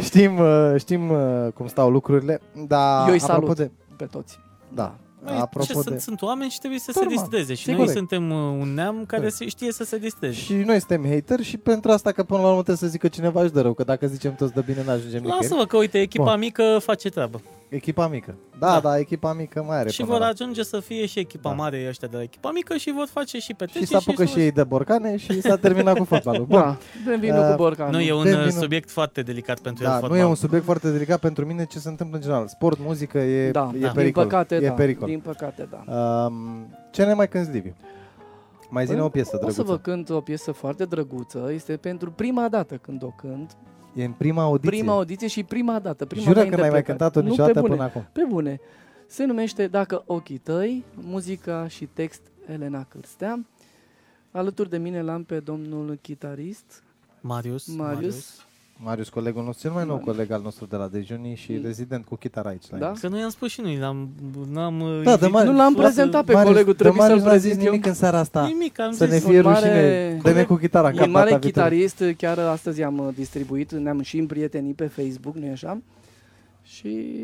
Speaker 2: știm, uh, știm uh, cum stau lucrurile, dar
Speaker 3: Eu îi
Speaker 2: apropo
Speaker 3: salut.
Speaker 2: de...
Speaker 3: pe toți.
Speaker 2: Da.
Speaker 1: Băi, ce,
Speaker 2: apropo de...
Speaker 1: sunt, sunt oameni și trebuie să
Speaker 2: Normal,
Speaker 1: se distreze și
Speaker 2: sigur.
Speaker 1: noi suntem uh, un neam care
Speaker 2: Corect.
Speaker 1: se, știe să se distreze.
Speaker 2: Și noi suntem hater și pentru asta că până la urmă trebuie să zică cineva își dă rău, că dacă zicem toți de bine n-ajungem nicăieri.
Speaker 1: Lasă-vă că, uite, echipa
Speaker 2: Bun.
Speaker 1: mică face treabă.
Speaker 2: Echipa mică.
Speaker 1: Da.
Speaker 2: Da, da, echipa mică mai are
Speaker 1: și
Speaker 2: până la
Speaker 1: vor
Speaker 2: urmă.
Speaker 1: ajunge să fie și echipa
Speaker 2: Da.
Speaker 1: mare ăștia de la echipa mică și vor face și petreceri.
Speaker 2: Și s-a apucă și ei de borcane și s-a terminat cu fotbalul. Bun.
Speaker 3: Da, dăm vinul
Speaker 2: Uh,
Speaker 3: cu borcanul.
Speaker 1: Nu, e un
Speaker 2: Terminul.
Speaker 1: uh, subiect foarte delicat pentru el
Speaker 2: Da, nu
Speaker 1: fotbal.
Speaker 2: e un subiect foarte delicat pentru mine ce se întâmplă în general. Sport, muzică e,
Speaker 3: da,
Speaker 2: e
Speaker 3: da.
Speaker 2: pericol.
Speaker 3: Din păcate,
Speaker 2: e
Speaker 3: da.
Speaker 2: pericol.
Speaker 3: Din păcate, da.
Speaker 2: Um, ce ne mai cânti, Liviu? Mai zine
Speaker 3: Păi,
Speaker 2: o piesă
Speaker 3: O să
Speaker 2: drăguță.
Speaker 3: vă cânt o piesă foarte drăguță. Este pentru prima dată când o cânt.
Speaker 2: E în prima audiție.
Speaker 3: Prima audiție și prima dată. Prima
Speaker 2: Jură
Speaker 3: mea
Speaker 2: că n-ai mai
Speaker 3: interpretare.
Speaker 2: cântat-o
Speaker 3: Nu,
Speaker 2: niciodată
Speaker 3: pe bune,
Speaker 2: până acum.
Speaker 3: Pe bune. Se numește Dacă ochii tăi, muzica și text Elena Cârstea. Alături de mine l-am pe domnul chitarist
Speaker 1: Marius.
Speaker 3: Marius.
Speaker 2: Marius, colegul nostru, cel mai nou
Speaker 3: Marius.
Speaker 2: coleg al nostru de la dejunii și
Speaker 3: Mm.
Speaker 2: rezident cu chitară aici la
Speaker 3: Da?
Speaker 1: Că noi i-am spus și noi, l-am, n-am uh,
Speaker 2: Da, de
Speaker 1: invitat-
Speaker 2: Mar-
Speaker 3: Nu l-am
Speaker 1: Lasă-
Speaker 3: prezentat pe
Speaker 2: Marius,
Speaker 3: colegul,
Speaker 2: de
Speaker 3: trebuie
Speaker 2: Marius
Speaker 3: să-l
Speaker 2: n-a zis
Speaker 3: prezint eu.
Speaker 2: nimic în seara asta.
Speaker 1: Nimic, am
Speaker 2: Să
Speaker 1: zis.
Speaker 2: ne
Speaker 3: un
Speaker 2: fie
Speaker 3: mare-
Speaker 2: rușine. Dă-ne cu chitară în
Speaker 3: E
Speaker 2: cap
Speaker 3: mare
Speaker 2: data viitoare.
Speaker 3: chitarist, chiar astăzi am uh, distribuit, ne-am și împrietenit pe Facebook, nu-i așa? Și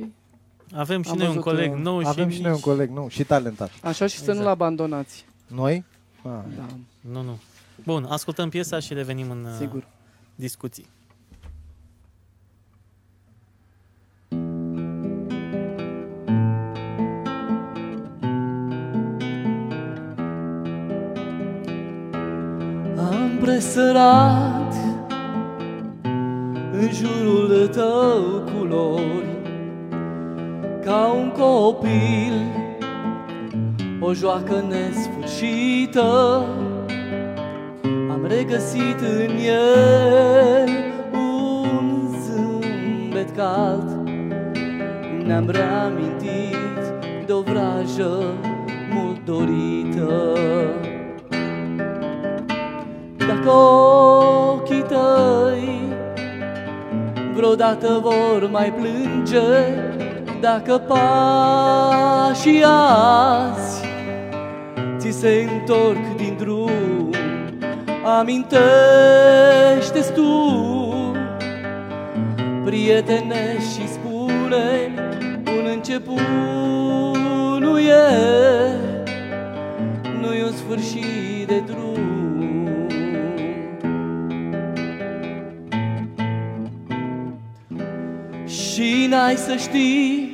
Speaker 1: Avem și
Speaker 3: Am
Speaker 1: noi un
Speaker 3: văzut,
Speaker 1: coleg
Speaker 3: uh,
Speaker 1: nou și
Speaker 2: Avem și noi un
Speaker 1: mici.
Speaker 2: coleg nou și talentat.
Speaker 3: așa și să
Speaker 1: Exact.
Speaker 3: nu-l abandonați.
Speaker 2: Noi? Ah.
Speaker 3: Da,
Speaker 1: Nu, nu. Bun, ascultăm piesa și revenim în uh,
Speaker 3: sigur.
Speaker 1: discuții.
Speaker 3: Am presărat în jurul tău culori Ca un copil o joacă nesfârșită Am regăsit în el un zâmbet cald Ne-am reamintit de o vrajă mult dorită dacă ochii tăi vreodată vor mai plânge, dacă pașii azi ți se întorc din drum, amintește tu, prietene, și spune un început nu e nu-i un sfârșit de drum. Și n-ai să știi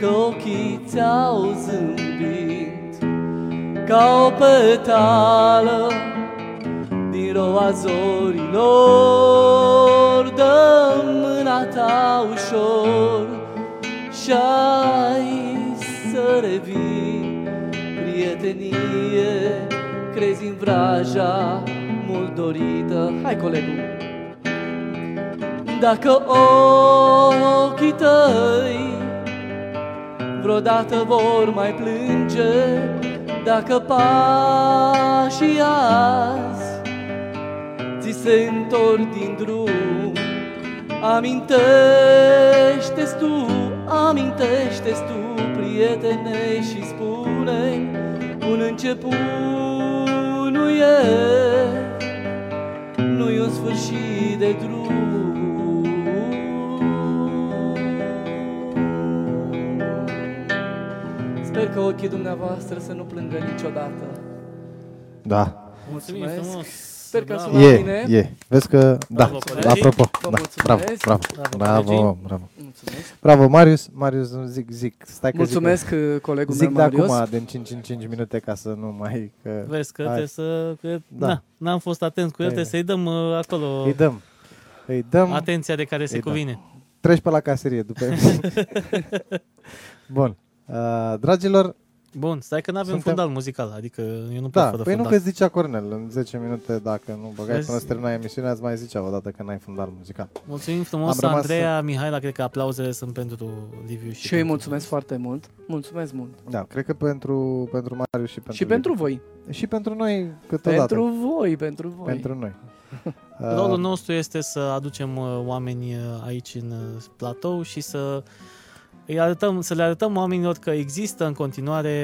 Speaker 3: că ochii ți-au zâmbit ca o petală din roa zorilor. Dă mâna ta ușor și ai să revii Prietenie, crezi în vraja mult dorită Hai colegul! Dacă ochii tăi vreodată vor mai plânge Dacă pașii azi ți se întorc din drum amintește tu, amintește tu, prietene, și spune un început nu e, nu e un sfârșit de drum. Sper că ochii dumneavoastră să nu plângă niciodată.
Speaker 2: Da.
Speaker 1: Mulțumim
Speaker 3: Mulțumesc.
Speaker 1: frumos!
Speaker 3: Sper că
Speaker 1: Bravo.
Speaker 3: La
Speaker 2: E,
Speaker 3: mine.
Speaker 2: e. Vezi că, da,
Speaker 1: Bravo, colegi.
Speaker 2: apropo,
Speaker 3: Vă
Speaker 2: da,
Speaker 3: mulțumesc.
Speaker 2: bravo,
Speaker 1: Bravo,
Speaker 2: bravo, bravo,
Speaker 1: colegii.
Speaker 2: bravo.
Speaker 3: Mulțumesc.
Speaker 2: Bravo, Marius, Marius, zic, zic, stai că
Speaker 3: Mulțumesc
Speaker 2: zic,
Speaker 3: uh, colegul
Speaker 2: zic de
Speaker 3: meu Marius.
Speaker 2: acum, din 5 în 5 minute, ca să nu mai, că
Speaker 1: Vezi că
Speaker 2: Hai.
Speaker 1: trebuie să... Că,
Speaker 2: Da.
Speaker 1: na, n-am fost atent cu el,
Speaker 2: Bine.
Speaker 1: trebuie să-i dăm uh, acolo
Speaker 2: îi dăm, îi dăm,
Speaker 1: atenția de care se
Speaker 2: Îi dăm.
Speaker 1: cuvine.
Speaker 2: treci pe la caserie după Bun, uh, dragilor,
Speaker 1: Bun, stai că n-avem
Speaker 2: Suntem-
Speaker 1: fundal muzical, adică eu nu pot
Speaker 2: da,
Speaker 1: fără
Speaker 2: păi nu
Speaker 1: fundal.
Speaker 2: că zicea Cornel, în 10 minute, dacă nu băgai
Speaker 1: Vezi?
Speaker 2: până să termina emisiunea, îți mai zicea odată că n-ai fundal muzical.
Speaker 1: Mulțumim frumos,
Speaker 2: Am rămas să-
Speaker 1: Andreea, Mihaela, cred că aplauzele sunt pentru Liviu și
Speaker 3: Și eu îi
Speaker 1: pentru-
Speaker 3: mulțumesc foarte mult. Mulțumesc mult.
Speaker 2: Da, cred că pentru, pentru Marius și pentru
Speaker 3: și pentru voi.
Speaker 2: Liviu. Și pentru noi câteodată.
Speaker 3: Pentru voi, pentru voi.
Speaker 2: Pentru noi.
Speaker 1: Rolul nostru este să aducem uh, oameni uh, aici în uh, platou și să îi arătăm, să le arătăm oamenilor că există în continuare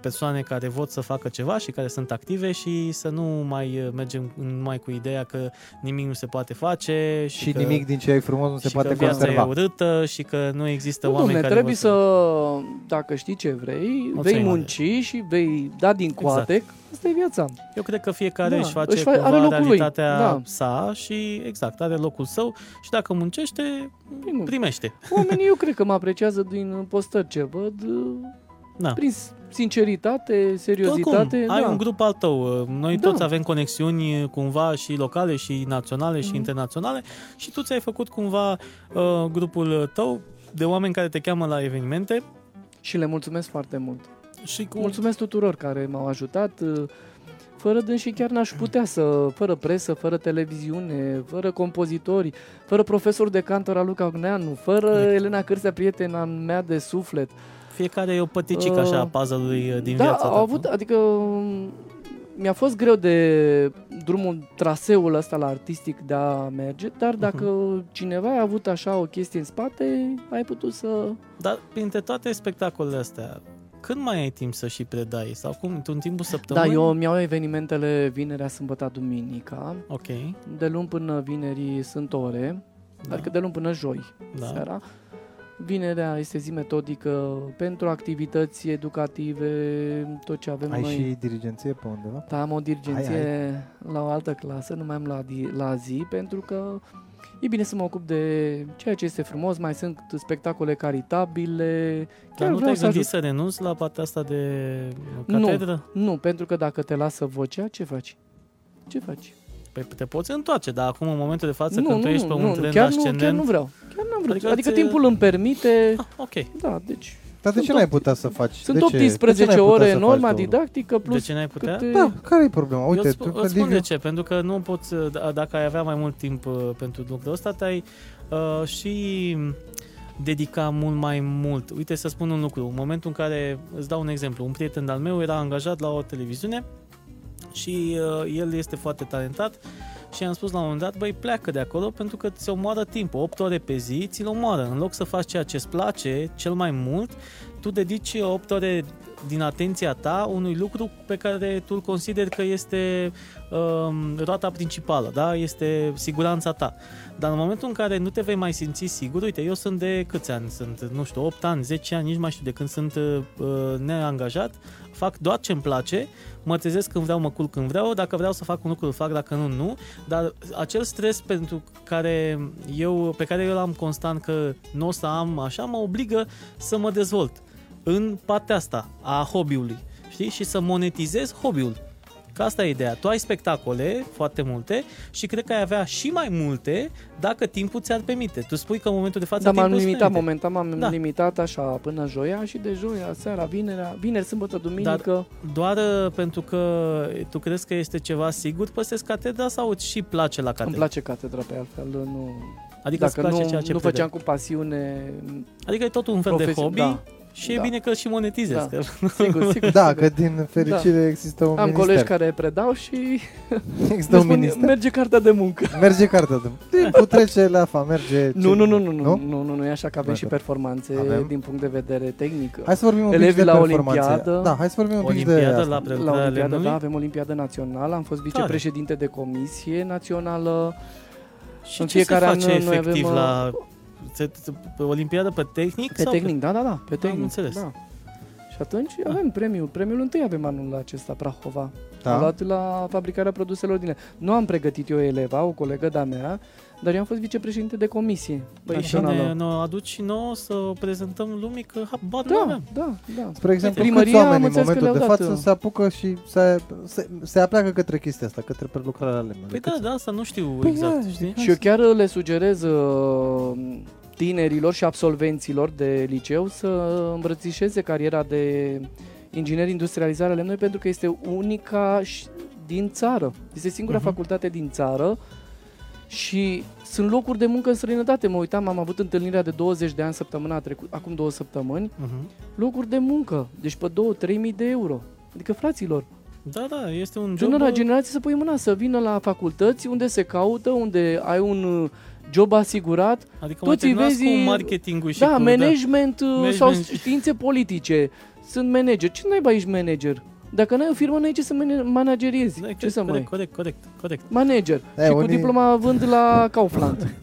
Speaker 1: persoane care vor să facă ceva și care sunt active și să nu mai uh, mergem numai cu ideea că nimic nu se poate face și,
Speaker 2: Uh, și
Speaker 1: că,
Speaker 2: nimic din ce ai frumos nu se
Speaker 1: și
Speaker 2: poate
Speaker 1: că viața
Speaker 2: conserva.
Speaker 1: e urâtă și că nu există
Speaker 3: Nu,
Speaker 1: oameni
Speaker 3: domne,
Speaker 1: care
Speaker 3: trebuie
Speaker 1: vor
Speaker 3: să, dacă știi ce vrei, vei
Speaker 1: Andrei. Exact.
Speaker 3: munci și vei da din coate. Asta e viața.
Speaker 1: Eu cred că fiecare
Speaker 3: Da,
Speaker 1: își face
Speaker 3: își fa-
Speaker 1: cumva
Speaker 3: are locul lui,
Speaker 1: realitatea
Speaker 3: da.
Speaker 1: sa și exact, are locul său și dacă muncește,
Speaker 3: Primul.
Speaker 1: primește.
Speaker 3: Oamenii eu cred că mă apreciază din postări ce văd,
Speaker 1: Da.
Speaker 3: prin sinceritate, seriozitate.
Speaker 1: Oricum, ai
Speaker 3: da.
Speaker 1: un grup al tău. Noi
Speaker 3: Da.
Speaker 1: toți avem conexiuni eh, cumva și locale și naționale
Speaker 3: Mhm.
Speaker 1: și internaționale și tu ți-ai făcut cumva uh, grupul tău de oameni care te cheamă la evenimente
Speaker 3: Și le mulțumesc foarte mult.
Speaker 1: și cu...
Speaker 3: Mulțumesc tuturor care m-au ajutat. uh, Fără dânsi chiar n-aș putea să, fără presă, fără televiziune, fără compozitori, fără profesor de cantor al Luca Ogneanu, fără
Speaker 1: Corect.
Speaker 3: Elena Cârstea, prietena mea de suflet,
Speaker 1: Fiecare e o păticic așa a
Speaker 3: Uh,
Speaker 1: puzzle-ului uh, din
Speaker 3: da,
Speaker 1: viața
Speaker 3: au
Speaker 1: ta.
Speaker 3: avut, adică um, mi-a fost greu de drumul, traseul ăsta la artistic de a merge, dar dacă cineva a avut așa o chestie în spate, ai putut să...
Speaker 1: Dar printre toate spectacolele astea, când mai ai timp să și predai? Sau cum? Într-un timpul
Speaker 3: Da,
Speaker 1: săptămânii?
Speaker 3: eu mi-au evenimentele vinerea, sâmbătă, duminica.
Speaker 1: Ok,
Speaker 3: De luni până vineri sunt ore,
Speaker 1: Da.
Speaker 3: da. adică de luni până joi
Speaker 1: da.
Speaker 3: da. seara. Vinerea este zi metodică pentru activități educative, tot ce avem
Speaker 2: Ai
Speaker 3: noi.
Speaker 2: și dirigenție pe undeva?
Speaker 3: Da, am o dirigenție
Speaker 2: Hai,
Speaker 3: la o altă clasă, nu mai am la, di- la zi, pentru că e bine să mă ocup de ceea ce este frumos, mai sunt spectacole caritabile.
Speaker 1: Dar nu
Speaker 3: vreau
Speaker 1: te-ai
Speaker 3: să
Speaker 1: gândit
Speaker 3: ajut.
Speaker 1: să renunți la partea asta de
Speaker 3: Nu.
Speaker 1: catedră?
Speaker 3: Nu, pentru că dacă te lasă vocea, ce faci? Ce faci?
Speaker 1: Păi te poți întoarce, dar acum în momentul de față
Speaker 3: nu,
Speaker 1: când
Speaker 3: nu,
Speaker 1: tu ești pe
Speaker 3: nu,
Speaker 1: un
Speaker 3: nu,
Speaker 1: trend
Speaker 3: chiar
Speaker 1: ascendent...
Speaker 3: nu, chiar nu vreau. Chiar nu vreau.
Speaker 1: Adică
Speaker 3: Adică,
Speaker 1: ți-
Speaker 3: timpul îmi permite...
Speaker 1: Ah, ok.
Speaker 3: Da, deci...
Speaker 2: Dar de
Speaker 3: Sunt
Speaker 2: ce n-ai
Speaker 3: opt-
Speaker 2: putea să faci?
Speaker 3: Sunt
Speaker 2: de ce? De ce
Speaker 3: 18
Speaker 2: n-ai putea
Speaker 3: ore
Speaker 2: să
Speaker 3: în
Speaker 2: faci
Speaker 3: urma
Speaker 2: două?
Speaker 3: didactică
Speaker 1: De
Speaker 3: plus
Speaker 1: ce n-ai putea?
Speaker 3: câte...
Speaker 2: Da, care e problema? Uite,
Speaker 1: eu
Speaker 2: tu,
Speaker 1: sp-
Speaker 2: că
Speaker 1: îți spun
Speaker 2: Liviu-
Speaker 1: de ce, pentru că nu poți, uh, d- dacă ai avea mai mult timp uh, pentru lucrul ăsta, te-ai uh, și dedica mult mai mult. Uite să spun un lucru, în momentul în care, îți dau un exemplu, un prieten al meu era angajat la o televiziune și uh, el este foarte talentat și am spus la un moment dat, băi, pleacă de acolo pentru că ți omoară timpul, 8 ore pe zi ți-l omoară. În loc să faci ceea ce îți place cel mai mult, tu dedici 8 ore din atenția ta unui lucru pe care tu îl consideri că este um, roata principală, da? este siguranța ta. Dar în momentul în care nu te vei mai simți sigur, uite, eu sunt de câți ani sunt, nu știu, 8 ani, 10 ani, nici mai știu de când sunt uh, neangajat, fac doar ce îmi place, mă trezesc când vreau, mă culc când vreau, dacă vreau să fac un lucru, îl fac, dacă nu, nu, dar acel stres pentru care eu, pe care eu l-am constant că nu o să am așa, mă obligă să mă dezvolt în partea asta a hobby-ului, știi? Și să monetizez hobby-ul. Că asta e ideea. Tu ai spectacole, foarte multe, și cred că ai avea și mai multe dacă timpul ți-ar permite. Tu spui că în momentul de față
Speaker 3: Da, m-am
Speaker 1: timpul îți
Speaker 3: limitat
Speaker 1: permite.
Speaker 3: momentan, m-am
Speaker 1: Da.
Speaker 3: limitat așa până joia și de joia, seara, vinerea, vineri, sâmbătă, duminică.
Speaker 1: Doar uh, pentru că tu crezi că este ceva sigur, păstrezi catedra sau îți și place la
Speaker 3: Îmi
Speaker 1: catedra?
Speaker 3: place catedra pe altfel, nu...
Speaker 1: Adică îți
Speaker 3: Dacă
Speaker 1: place
Speaker 3: nu,
Speaker 1: ceea ce
Speaker 3: nu
Speaker 1: predai.
Speaker 3: făceam cu pasiune
Speaker 1: Adică e tot un fel de
Speaker 3: profesio-
Speaker 1: hobby
Speaker 3: da,
Speaker 1: și e
Speaker 3: da.
Speaker 1: bine că îl și monetizezi.
Speaker 3: Da.
Speaker 1: Că...
Speaker 3: sigur, sigur.
Speaker 2: Da,
Speaker 3: sigur.
Speaker 2: că din fericire există un
Speaker 3: Da. Am
Speaker 2: minister.
Speaker 3: colegi care predau și
Speaker 2: Există
Speaker 3: le
Speaker 2: un
Speaker 3: spun,
Speaker 2: minister.
Speaker 3: merge cartea de muncă.
Speaker 2: Merge cartea de... Timpul trece la fa, merge...
Speaker 3: Nu, nu, nu, nu, nu,
Speaker 2: nu?
Speaker 3: nu, nu, nu e așa că avem
Speaker 2: Merge.
Speaker 3: și performanțe
Speaker 2: Avem.
Speaker 3: din punct de vedere tehnic.
Speaker 2: Hai să vorbim un pic
Speaker 3: Elevii
Speaker 2: de
Speaker 3: la
Speaker 2: performanțe.
Speaker 3: Olimpiadă.
Speaker 2: Da, hai să vorbim un pic de...
Speaker 1: Olimpiada
Speaker 2: asta.
Speaker 1: la
Speaker 3: La
Speaker 1: preluarea
Speaker 3: Olimpiadă,
Speaker 1: lemnului
Speaker 3: da, avem Olimpiada Națională, am fost vicepreședinte de comisie națională.
Speaker 1: și
Speaker 3: în
Speaker 1: ce se
Speaker 3: fiecare an
Speaker 1: face
Speaker 3: noi avem,
Speaker 1: efectiv
Speaker 3: uh,
Speaker 1: la se- pe Olimpiadă pe tehnic?
Speaker 3: Pe
Speaker 1: sau
Speaker 3: tehnic, da, da, da, pe tehnic.
Speaker 1: înțeles.
Speaker 3: Da. Și atunci avem premiul, premiul întâi avem anul acesta, Prahova. Da. Am
Speaker 2: Da?
Speaker 3: luat la fabricarea produselor din ele. Nu am pregătit eu eleva, o colegă de-a mea, dar eu am fost vicepreședinte de comisie.
Speaker 1: Pe
Speaker 3: Băi,
Speaker 1: Așa ne,
Speaker 3: da,
Speaker 1: ne aduci și nouă să o prezentăm lumii că habar nu
Speaker 3: da,
Speaker 1: avem. Păi
Speaker 3: da, da.
Speaker 2: Spre exemplu,
Speaker 3: Primăria,
Speaker 2: câți
Speaker 3: am
Speaker 2: oameni în
Speaker 3: înțeles că
Speaker 2: momentul de
Speaker 3: le-au dat,
Speaker 2: față
Speaker 3: uh,
Speaker 2: se apucă și se, se, se apleacă către chestia asta, către prelucrarea lemnului?
Speaker 3: Adică
Speaker 2: Deci
Speaker 1: Păi da,
Speaker 2: Câți-
Speaker 1: da, asta nu știu
Speaker 2: Păi
Speaker 1: exact,
Speaker 2: da,
Speaker 1: știi?
Speaker 3: Și eu chiar le sugerez uh, tinerilor și absolvenților de liceu să îmbrățișeze cariera de inginer industrializare a lemnului pentru că este unica și- din țară. Este singura
Speaker 1: Mhm.
Speaker 3: facultate din țară și sunt locuri de muncă în străinătate. Mă uitam, am avut întâlnirea de 20 de ani săptămâna trecută, acum două săptămâni,
Speaker 1: Mhm.
Speaker 3: locuri de muncă, deci pe 2-3 mii de euro. Adică, fraților,
Speaker 1: Da, da, este un job...
Speaker 3: Tânăra
Speaker 1: uh,
Speaker 3: generație să pui mâna, să vină la facultăți unde se caută, unde ai un uh, job asigurat.
Speaker 1: Adică mă
Speaker 3: toți îi
Speaker 1: terminați cu
Speaker 3: vezi-
Speaker 1: marketingul și
Speaker 3: da,
Speaker 1: cu...
Speaker 3: management, uh, sau
Speaker 1: Management.
Speaker 3: științe politice. Sunt manager. Ce naiba ești manager? Dacă n-ai o firmă, n-ai ce să mana- manageriezi.
Speaker 1: Da,
Speaker 3: ce să mai...
Speaker 1: corect, corect, corect, corect.
Speaker 3: Manager.
Speaker 2: Da,
Speaker 3: și cu
Speaker 2: unii-
Speaker 3: diploma vând la Kaufland.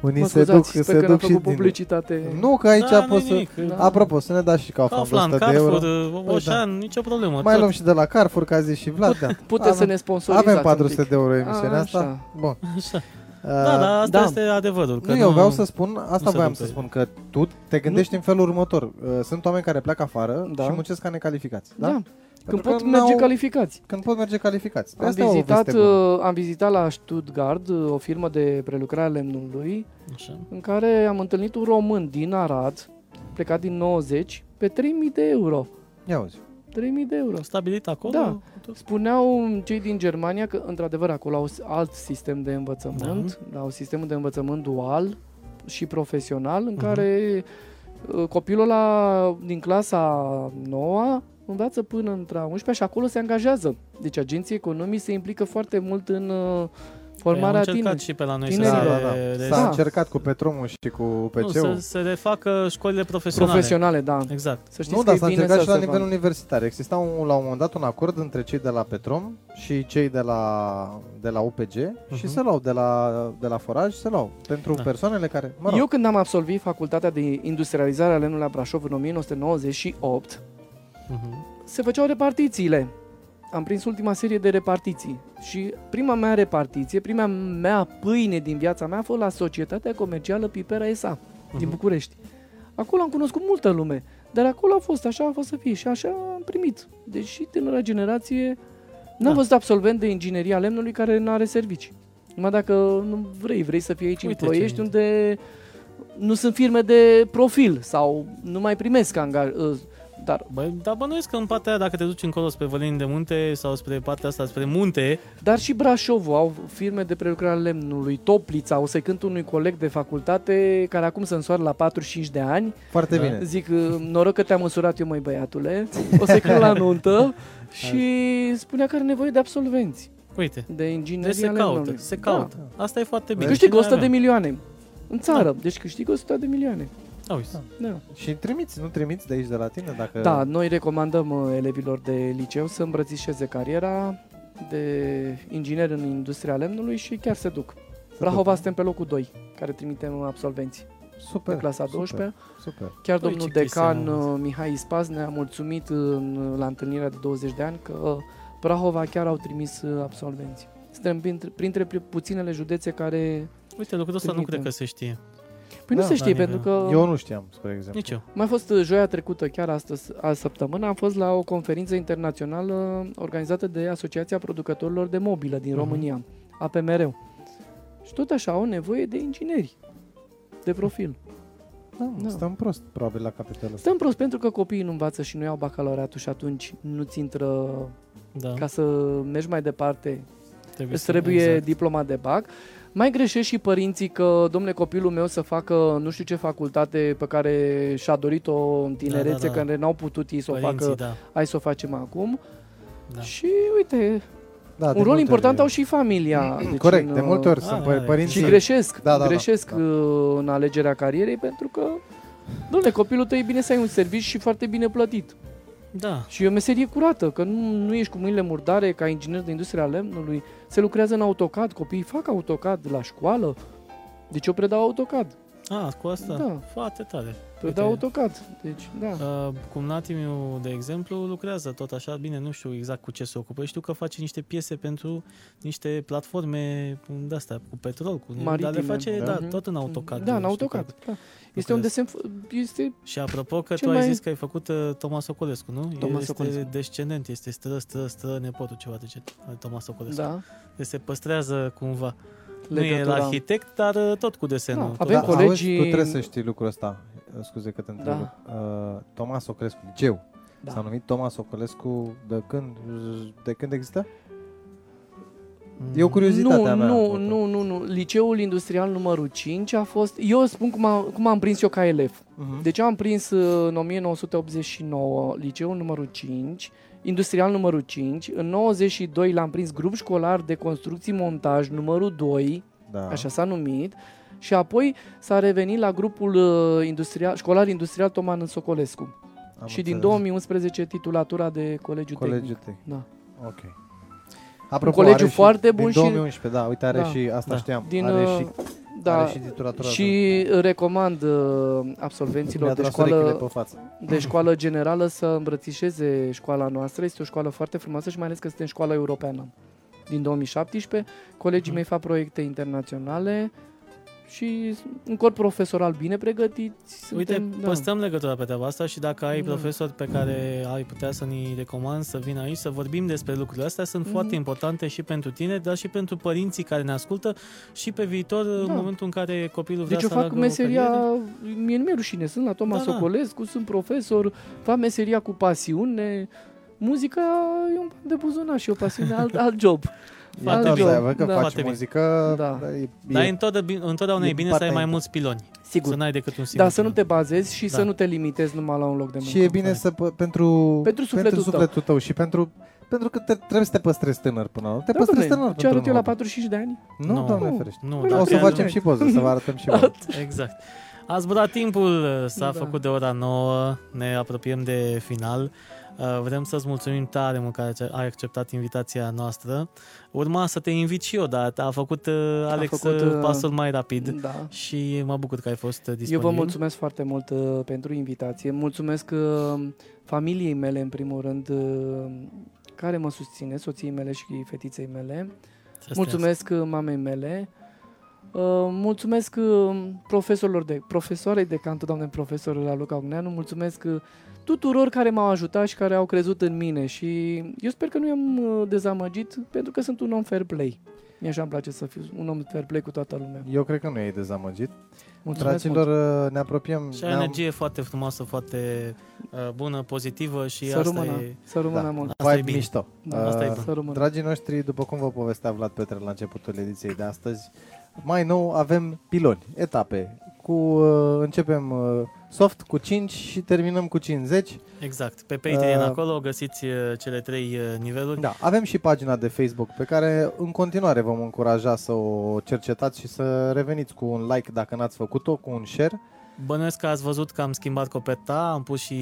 Speaker 2: Unii
Speaker 3: Mă
Speaker 2: se duc,
Speaker 3: scuzați, sper
Speaker 2: se
Speaker 3: că n-am
Speaker 2: duc și
Speaker 3: făcut
Speaker 2: din...
Speaker 3: publicitate.
Speaker 2: Nu, că aici
Speaker 1: da,
Speaker 2: poți să...
Speaker 1: să...
Speaker 3: da. Da.
Speaker 2: Apropo, să ne dați și Kaufland
Speaker 1: Kaufland,
Speaker 2: 100 de euro.
Speaker 1: Carrefour, uh,
Speaker 2: da.
Speaker 1: Oșan, nicio problemă.
Speaker 2: Mai
Speaker 1: tot.
Speaker 2: luăm și de la Carrefour, ca a zis și Vlad. gata.
Speaker 3: Puteți să
Speaker 2: Avem-
Speaker 3: ne sponsorizați
Speaker 2: Avem
Speaker 3: un
Speaker 2: 400
Speaker 3: pic.
Speaker 2: de euro emisiunea
Speaker 3: A,
Speaker 2: asta.
Speaker 3: așa.
Speaker 2: Bun.
Speaker 1: Așa.
Speaker 2: Uh,
Speaker 1: Da, da, asta
Speaker 3: da.
Speaker 1: este adevărul. Că
Speaker 2: Nu, eu vreau să spun, asta
Speaker 1: se
Speaker 2: voiam
Speaker 1: duc
Speaker 2: să
Speaker 1: pe-
Speaker 2: spun, că tu te gândești în felul următor. Uh, Sunt oameni care pleacă afară
Speaker 3: Da.
Speaker 2: și muncesc ca necalificați, da?
Speaker 3: Da. Când
Speaker 2: Pentru
Speaker 3: pot
Speaker 2: că
Speaker 3: merge
Speaker 2: n-au-
Speaker 3: calificați.
Speaker 2: Când pot merge calificați.
Speaker 3: Am
Speaker 2: Asta e o
Speaker 3: vizitat,
Speaker 2: veste bună.
Speaker 3: uh, am vizitat la Stuttgart uh, o firmă de prelucrare a lemnului
Speaker 1: Așa.
Speaker 3: în care am întâlnit un român din Arad, plecat din 90, pe 3000 de euro.
Speaker 2: Ia uzi.
Speaker 3: 3000 de euro.
Speaker 1: Au stabilit acolo?
Speaker 3: Da.
Speaker 1: tot?
Speaker 3: Spuneau cei din Germania că, într-adevăr, acolo au s- alt sistem de învățământ, da. au sistemul de învățământ dual și profesional, în
Speaker 1: Mhm.
Speaker 3: care uh, copilul la din clasa 9 învață până între 11 și acolo se angajează. Deci agenții economii se implică foarte mult în uh, formarea
Speaker 1: Păi, Au încercat
Speaker 3: tinerilor.
Speaker 1: și pe la noi
Speaker 3: Tinerilor.
Speaker 1: să se...
Speaker 2: Da, da, da.
Speaker 1: re-
Speaker 2: S-a
Speaker 3: Da.
Speaker 2: încercat cu Petromul și cu
Speaker 1: Nu, să,
Speaker 2: PC-ul.
Speaker 1: să refacă școlile profesionale.
Speaker 3: profesionale, da.
Speaker 1: Exact.
Speaker 3: Să știți
Speaker 2: Nu,
Speaker 3: că
Speaker 2: dar
Speaker 3: e
Speaker 2: s-a
Speaker 3: bine
Speaker 2: încercat
Speaker 3: să
Speaker 2: și la
Speaker 3: se
Speaker 2: nivel
Speaker 3: facă.
Speaker 2: universitar. Exista un, la un moment dat un acord între cei de la Petrom și cei de la, de la UPG și
Speaker 1: Mhm.
Speaker 2: se luau de la, de la foraj, se luau pentru
Speaker 1: Da.
Speaker 2: persoanele care, mă rog,
Speaker 3: Eu când am absolvit facultatea de industrializare a lemnului la Brașov în 1998,
Speaker 1: Mhm.
Speaker 3: se făceau repartițiile. Am prins ultima serie de repartiții și prima mea repartiție, prima mea pâine din viața mea a fost la Societatea Comercială Pipera SA din
Speaker 1: Mhm.
Speaker 3: București. Acolo am cunoscut multă lume, dar acolo a fost, așa a fost să fie și așa am primit. Deci și tânăra generație n-a
Speaker 1: Da.
Speaker 3: fost absolvent de ingineria lemnului care nu are servicii. Numai dacă nu vrei, vrei să fii aici
Speaker 1: Uite
Speaker 3: în Ploiești
Speaker 1: ce-
Speaker 3: unde nu sunt firme de profil sau nu mai primesc angaj... ă, Dar
Speaker 1: Băi, dar bănuiesc că în partea aia, dacă te duci încolo spre Vălin de Munte sau spre partea asta, spre munte,
Speaker 3: Dar și Brașovul au firme de prelucrare a lemnului. Toplița, o secând unui coleg de facultate care acum se însoară la 45 de ani.
Speaker 2: foarte
Speaker 1: Da.
Speaker 2: bine.
Speaker 3: Zic, noroc că te-am măsurat eu, măi băiatule. O secând la nuntă și spunea că are nevoie de absolvenți,
Speaker 1: uite,
Speaker 3: de
Speaker 1: deci
Speaker 3: ingineria
Speaker 1: se caută,
Speaker 3: lemnului.
Speaker 1: se caută. Asta e foarte
Speaker 3: Da.
Speaker 1: bine.
Speaker 3: Câștigă 100 de
Speaker 1: mii.
Speaker 3: milioane. În țară, deci câștigă 100 de milioane.
Speaker 1: Da, uite.
Speaker 3: Da.
Speaker 2: Și trimiți, nu trimiți de aici, de la tine, dacă...
Speaker 3: da, noi recomandăm uh, elevilor de liceu să îmbrățișeze cariera de inginer în industria lemnului și chiar se duc.
Speaker 2: se
Speaker 3: Rahova
Speaker 2: duc.
Speaker 3: suntem pe locul 2, care trimitem absolvenți
Speaker 2: Super,
Speaker 3: pe clasa
Speaker 2: Da, super,
Speaker 3: 12.
Speaker 2: Super.
Speaker 3: Chiar
Speaker 1: Păi,
Speaker 3: domnul
Speaker 1: ce chestie
Speaker 3: decan
Speaker 1: mă.
Speaker 3: uh, Mihai Ispaz ne-a mulțumit în, la întâlnirea de 20 de ani că uh, Prahova chiar au trimis uh, absolvenți. Suntem printre, printre pu- puținele județe care...
Speaker 1: Uite, lucrul ăsta nu
Speaker 3: Trimite.
Speaker 1: cred că se știe.
Speaker 3: Păi nu
Speaker 2: Da,
Speaker 3: se
Speaker 1: la
Speaker 3: știe,
Speaker 1: nivel-
Speaker 3: pentru că...
Speaker 2: Eu nu știam, spre exemplu.
Speaker 1: Nici eu.
Speaker 3: Mai fost uh, joia trecută, chiar astăzi, a săptămână, am fost la o conferință internațională organizată de Asociația Producătorilor de Mobilă din
Speaker 1: Mhm.
Speaker 3: România, APMR. Și tot așa au nevoie de ingineri, de profil.
Speaker 2: Da,
Speaker 3: Da.
Speaker 2: stăm prost, probabil, la capitalul ăsta.
Speaker 3: Stăm prost pentru că copiii nu învață și nu iau bacalaureatul și atunci nu-ți intră
Speaker 1: Da, Exact.
Speaker 3: ca să mergi mai departe.
Speaker 1: trebuie
Speaker 3: Îți
Speaker 1: să-
Speaker 3: trebuie
Speaker 1: exact.
Speaker 3: diploma de bac. Mai greșesc și părinții că, domnule, copilul meu să facă nu știu ce facultate pe care și-a dorit-o în tinerețe,
Speaker 1: da, da.
Speaker 3: care n-au putut ei să o
Speaker 1: Părinții,
Speaker 3: facă,
Speaker 1: da,
Speaker 3: hai să o facem acum.
Speaker 1: da.
Speaker 3: Și, uite,
Speaker 2: Da, de
Speaker 3: un rol
Speaker 2: multe
Speaker 3: important
Speaker 2: ori- Mm.
Speaker 3: au și familia. Deci
Speaker 2: Corect,
Speaker 3: în,
Speaker 2: de multe ori
Speaker 1: Da,
Speaker 2: sunt
Speaker 1: da,
Speaker 2: pă-
Speaker 1: da,
Speaker 2: părinții...
Speaker 3: Și
Speaker 2: Da,
Speaker 3: greșesc, da,
Speaker 2: da,
Speaker 3: da,
Speaker 2: da,
Speaker 3: greșesc
Speaker 2: da.
Speaker 3: uh, în alegerea carierei pentru că, domnule, copilul tău e bine să ai un serviciu și foarte bine plătit.
Speaker 1: Da,
Speaker 3: Și e o meserie curată, că nu, nu ești cu mâinile murdare ca inginer de industria lemnului. Se lucrează în AutoCAD, copiii fac AutoCAD la școală. Deci eu predau AutoCAD.
Speaker 1: a, cu asta,
Speaker 3: Da.
Speaker 1: foarte tare.
Speaker 3: Predau
Speaker 1: Uite.
Speaker 3: AutoCAD. Deci, da.
Speaker 1: Uh, cum Natimiu, de exemplu, lucrează tot așa, bine, nu știu exact cu ce se ocupă, știu că face niște piese pentru niște platforme de astea, cu petrol, cu
Speaker 3: Maritime,
Speaker 1: dar le face,
Speaker 2: da.
Speaker 1: da,
Speaker 3: Mhm.
Speaker 1: tot în AutoCAD.
Speaker 3: Da, în
Speaker 1: știu
Speaker 3: AutoCAD.
Speaker 1: că-
Speaker 3: Da. Este un desen... f- Este
Speaker 1: Și apropo că
Speaker 3: Cel
Speaker 1: tu ai
Speaker 3: mai-
Speaker 1: zis că ai făcut uh, Toma Socolescu, nu? El
Speaker 3: Toma
Speaker 1: este
Speaker 3: Socolescu.
Speaker 1: descendent, este stră, stră, stră, nepotul ceva de gen al Toma Socolescu.
Speaker 3: da,
Speaker 1: Deci se păstrează cumva. Nu e
Speaker 3: legătura.
Speaker 1: el arhitect, dar uh, tot cu desenul.
Speaker 3: Da,
Speaker 1: tot
Speaker 3: avem
Speaker 1: cu-
Speaker 3: colegi- colegii-
Speaker 2: Auzi, tu trebuie să știi lucrul ăsta. Uh, Scuze că te întreb.
Speaker 3: Da.
Speaker 2: Uh, Tomas Oculescu, liceu.
Speaker 3: Da.
Speaker 2: S-a numit Tomas Oculescu de când, de când există? E o curiozitatea
Speaker 3: Nu,
Speaker 2: mea.
Speaker 3: nu,
Speaker 2: oricum.
Speaker 3: nu, nu, nu. Liceul Industrial numărul 5 a fost... Eu spun cum am, cum am prins eu ca elev.
Speaker 2: Mhm.
Speaker 3: Deci eu am prins uh, în 1989 liceul numărul 5, industrial numărul 5, în 92 l-am prins grup școlar de construcții montaj numărul 2,
Speaker 2: da.
Speaker 3: așa s-a numit, și apoi s-a revenit la grupul uh, industrial, școlar industrial Toman în Socolescu.
Speaker 2: Am
Speaker 3: și din
Speaker 2: înțeles.
Speaker 3: 2011 titulatura de colegiu
Speaker 2: Colegiul
Speaker 3: tehnic.
Speaker 2: tehnic.
Speaker 3: Da.
Speaker 2: Ok. Apropo,
Speaker 3: colegiu
Speaker 2: are și-
Speaker 3: foarte bun
Speaker 2: din
Speaker 3: și-
Speaker 2: 2011, da, uite, are
Speaker 3: Da.
Speaker 2: și, asta
Speaker 1: Da.
Speaker 2: știam,
Speaker 3: Din,
Speaker 2: are
Speaker 3: uh,
Speaker 2: și,
Speaker 3: da,
Speaker 2: are și titulatura.
Speaker 3: și recomand uh,
Speaker 2: de, mi-a
Speaker 3: absolvenților de
Speaker 2: tras urechile
Speaker 3: școală
Speaker 2: pe față.
Speaker 3: de școală generală să îmbrățișeze școala noastră. Este o școală foarte frumoasă și mai ales că suntem școala europeană din 2017. Colegii
Speaker 1: Mhm.
Speaker 3: mei fac proiecte internaționale și un corp profesoral bine pregătit.
Speaker 1: Uite,
Speaker 3: Suntem, da.
Speaker 1: păstrăm legătura pe treaba asta și dacă ai
Speaker 3: Da.
Speaker 1: profesori pe care ai putea să ni recomand să vină aici, să vorbim despre lucrurile astea, sunt
Speaker 3: Mhm.
Speaker 1: foarte importante și pentru tine, dar și pentru părinții care ne ascultă și pe viitor, în
Speaker 3: Da.
Speaker 1: momentul în care copilul vrea
Speaker 3: Deci eu
Speaker 1: să
Speaker 3: fac
Speaker 1: aleagă o
Speaker 3: meseria,
Speaker 1: carieră.
Speaker 3: mie nu mi-e rușine, sunt la Toma
Speaker 1: Da, da.
Speaker 3: Socolescu, sunt profesor, fac meseria cu pasiune, muzica e un pan de buzunar și o pasiune, alt, alt job.
Speaker 2: Iată,
Speaker 3: job,
Speaker 2: da, văd că
Speaker 3: da.
Speaker 2: faci
Speaker 1: Foarte bine.
Speaker 2: muzică,
Speaker 3: Da.
Speaker 2: e,
Speaker 1: Dar
Speaker 2: e
Speaker 1: întotdeauna, întotdeauna
Speaker 2: e
Speaker 1: e bine să
Speaker 2: partea
Speaker 1: ai mai
Speaker 2: inter-
Speaker 1: mulți piloni.
Speaker 3: Sigur.
Speaker 1: Să n-ai decât un singur.
Speaker 3: Dar să nu te bazezi și
Speaker 1: Da.
Speaker 3: să nu te limitezi numai la un loc de muncă.
Speaker 2: Și e bine să, p- pentru,
Speaker 3: Pentru sufletul
Speaker 2: pentru
Speaker 3: tău.
Speaker 2: sufletul tău. și pentru, pentru că te, trebuie să te păstrezi tânăr până la urmă. Te
Speaker 3: Da,
Speaker 2: păstrezi
Speaker 3: domnule,
Speaker 2: tânăr
Speaker 3: Ce arăt
Speaker 2: pentru
Speaker 3: eu
Speaker 2: un
Speaker 3: la
Speaker 2: hobby.
Speaker 3: 45 de ani?
Speaker 2: Nu,
Speaker 1: Nu.
Speaker 2: doamne ferește.
Speaker 1: Nu,
Speaker 3: Păi
Speaker 1: dar
Speaker 2: O să
Speaker 1: chiar
Speaker 2: facem
Speaker 1: nu.
Speaker 2: și poze, să vă arătăm și vouă.
Speaker 1: Exact. A zburat timpul, s-a
Speaker 3: Da.
Speaker 1: făcut de ora 9, ne apropiem de final. Uh, Vrem să-ți mulțumim tare mult că ai- ai acceptat invitația noastră. Urma să te invit și eu, dar a făcut uh, Alex
Speaker 3: făcut,
Speaker 1: uh,
Speaker 3: uh,
Speaker 1: pasul mai rapid
Speaker 3: Da.
Speaker 1: și mă bucur că ai fost uh, disponibil.
Speaker 3: Eu vă mulțumesc foarte mult uh, pentru invitație. Mulțumesc uh, familiei mele, în primul rând, uh, care mă susține, soției mele și fetiței mele.
Speaker 1: Să stai
Speaker 3: Mulțumesc uh, mamei mele. Uh, mulțumesc uh, profesorilor de, profesoarei de canto, doamne profesor la Luca Ogneanu, mulțumesc uh, tuturor care m-au ajutat și care au crezut în mine și eu sper că nu i-am uh, dezamăgit pentru că sunt un om fair play. Mie așa îmi place să fiu un om fair play cu toată lumea.
Speaker 2: Eu cred că nu e dezamăgit.
Speaker 3: Mulțumesc
Speaker 2: Dragilor, uh, ne apropiem.
Speaker 1: Și ai
Speaker 2: ne-am-
Speaker 1: energie foarte frumoasă, foarte uh, bună, pozitivă și
Speaker 3: mult. Să
Speaker 1: asta
Speaker 3: rămână,
Speaker 1: e...
Speaker 3: să rămână
Speaker 2: Da.
Speaker 3: mult.
Speaker 1: Asta e
Speaker 2: Vibe
Speaker 1: bine.
Speaker 2: mișto.
Speaker 3: Da,
Speaker 1: asta e
Speaker 2: Uh,
Speaker 1: bun.
Speaker 3: Să rămână.
Speaker 2: Dragii noștri, după cum vă povestea Vlad Petre la începutul ediției de astăzi, mai nou avem piloni, etape. Cu, uh, începem uh, soft cu 5 și terminăm cu 50.
Speaker 1: Exact. Pe Patreon
Speaker 2: Uh,
Speaker 1: acolo găsiți uh, cele trei uh, niveluri.
Speaker 2: Da, avem și pagina de Facebook pe care în continuare vom încuraja să o cercetați și să reveniți cu un like dacă n-ați făcut-o, cu un share.
Speaker 1: Bănuiesc că ați văzut că am schimbat coperta, am pus și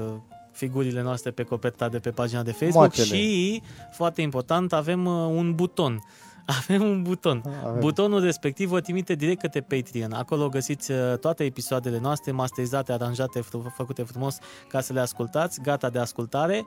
Speaker 1: uh, figurile noastre pe coperta de pe pagina de Facebook
Speaker 2: Moacele.
Speaker 1: și, foarte important, avem uh, un buton. Avem un buton.
Speaker 2: Avem.
Speaker 1: Butonul respectiv vă trimite direct către Patreon. Acolo găsiți uh, toate episoadele noastre masterizate, aranjate, fru- făcute frumos ca să le ascultați, gata de ascultare.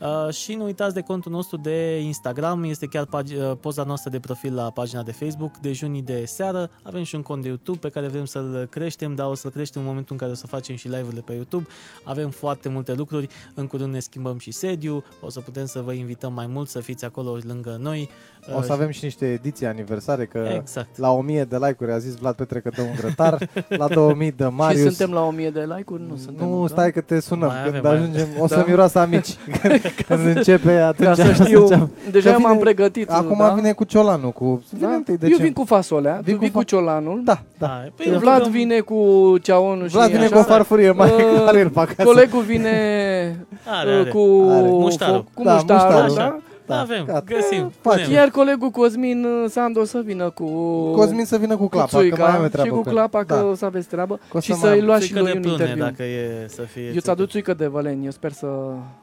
Speaker 1: Uh, și nu uitați de contul nostru de Instagram, este chiar pag- uh, poza noastră de profil la pagina de Facebook, dejunii de seară, avem și un cont de YouTube pe care vrem să-l creștem, dar o să-l creștem în momentul în care o să facem și live-urile pe YouTube, avem foarte multe lucruri, în curând ne schimbăm și sediu, o să putem să vă invităm mai mult să fiți acolo lângă noi.
Speaker 2: O
Speaker 1: Uh,
Speaker 2: să avem și niște ediții aniversare că
Speaker 1: Exact.
Speaker 2: la 1000 de like-uri a zis Vlad Petre că dă un grătar, la 2000 de Marius.
Speaker 3: Și suntem la 1000 de like-uri? Nu, da? suntem.
Speaker 2: Nu, stai că te sunăm
Speaker 1: Mai
Speaker 2: când
Speaker 1: avem, mai
Speaker 2: ajungem, o să
Speaker 3: Da.
Speaker 2: miroasă amici. Când, când începe atunci,
Speaker 3: Ca să știu,
Speaker 2: atunci-
Speaker 3: deja
Speaker 2: Că vine-
Speaker 3: m-am pregătit.
Speaker 2: Acum
Speaker 3: da?
Speaker 2: vine cu Ciolanul, cu
Speaker 3: Da?
Speaker 2: Vine întâi
Speaker 3: Eu
Speaker 2: decembrie.
Speaker 3: vin cu fasolea,
Speaker 2: Vin
Speaker 3: vin
Speaker 2: cu
Speaker 3: tu vin
Speaker 2: fa-
Speaker 3: cu ciolanul,
Speaker 2: Da, da.
Speaker 1: Da, păi eu
Speaker 3: Vlad
Speaker 1: făceam-
Speaker 3: vine cu ceaonul
Speaker 2: Vlad
Speaker 3: și
Speaker 2: vine
Speaker 3: așa.
Speaker 2: cu o farfurie mai
Speaker 3: Uh,
Speaker 2: care îl fac acasă.
Speaker 3: Colegul vine
Speaker 1: Are,
Speaker 3: uh,
Speaker 1: are.
Speaker 3: cu
Speaker 2: Are.
Speaker 1: Muștarul.
Speaker 3: cu
Speaker 2: Da,
Speaker 3: muștarul,
Speaker 2: muștarul. da.
Speaker 3: da?
Speaker 1: Da, avem,
Speaker 2: gata.
Speaker 1: găsim,
Speaker 2: Faci.
Speaker 1: punem.
Speaker 3: Iar colegul Cosmin uh, Sandu o să vină cu
Speaker 2: Cosmin să vină Păi, cu
Speaker 3: cu
Speaker 2: clapa, că
Speaker 3: țuica
Speaker 2: mai avem treabă
Speaker 3: și cu clapa că
Speaker 2: Da.
Speaker 3: o să aveți treabă
Speaker 2: Că o
Speaker 3: și
Speaker 2: să mai
Speaker 3: să-i
Speaker 2: am.
Speaker 3: luați și
Speaker 1: Țuică
Speaker 3: lui
Speaker 1: de
Speaker 3: un
Speaker 1: plâne,
Speaker 3: interviu.
Speaker 1: dacă e să fie...
Speaker 3: Eu ți-aduc țuică de văleni, eu sper să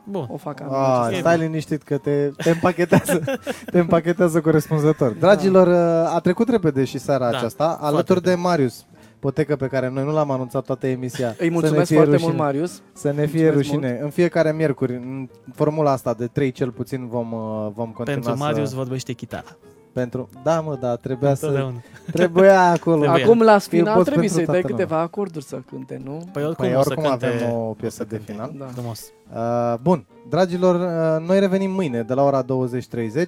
Speaker 1: Bun.
Speaker 3: o fac anul
Speaker 2: A,
Speaker 3: acesta.
Speaker 2: stai liniștit că te, te împachetează, te împachetează corespunzător.
Speaker 3: Da.
Speaker 2: Dragilor, a trecut repede și seara
Speaker 1: Da,
Speaker 2: aceasta, alături de
Speaker 1: repede.
Speaker 2: Marius, potecă pe care noi nu l-am anunțat toată emisia. Să ne
Speaker 3: Îi mulțumesc
Speaker 2: fie
Speaker 3: foarte
Speaker 2: rușine.
Speaker 3: mult, Marius.
Speaker 2: Să ne fie
Speaker 3: Mulțumesc
Speaker 2: rușine. Mult. În fiecare miercuri, în formula asta de 3 cel puțin vom, uh, vom continua
Speaker 1: Pentru Marius
Speaker 2: să...
Speaker 1: vorbește chitara.
Speaker 2: Pentru... Da, mă, da, trebuia să...
Speaker 1: Totdeauna.
Speaker 2: Trebuia acolo.
Speaker 1: Trebuia.
Speaker 3: Acum, la
Speaker 2: Eu pot
Speaker 3: final, trebuie
Speaker 2: pentru
Speaker 3: să-i dai
Speaker 2: toată
Speaker 3: câteva acorduri să cânte, nu?
Speaker 1: Păi oricum,
Speaker 2: Păi
Speaker 1: o să
Speaker 2: oricum
Speaker 1: cânte
Speaker 2: avem o piesă de
Speaker 1: cânte.
Speaker 2: final.
Speaker 3: Da.
Speaker 1: frumos.
Speaker 2: Uh, bun, dragilor, uh, noi revenim mâine de la ora 20.30.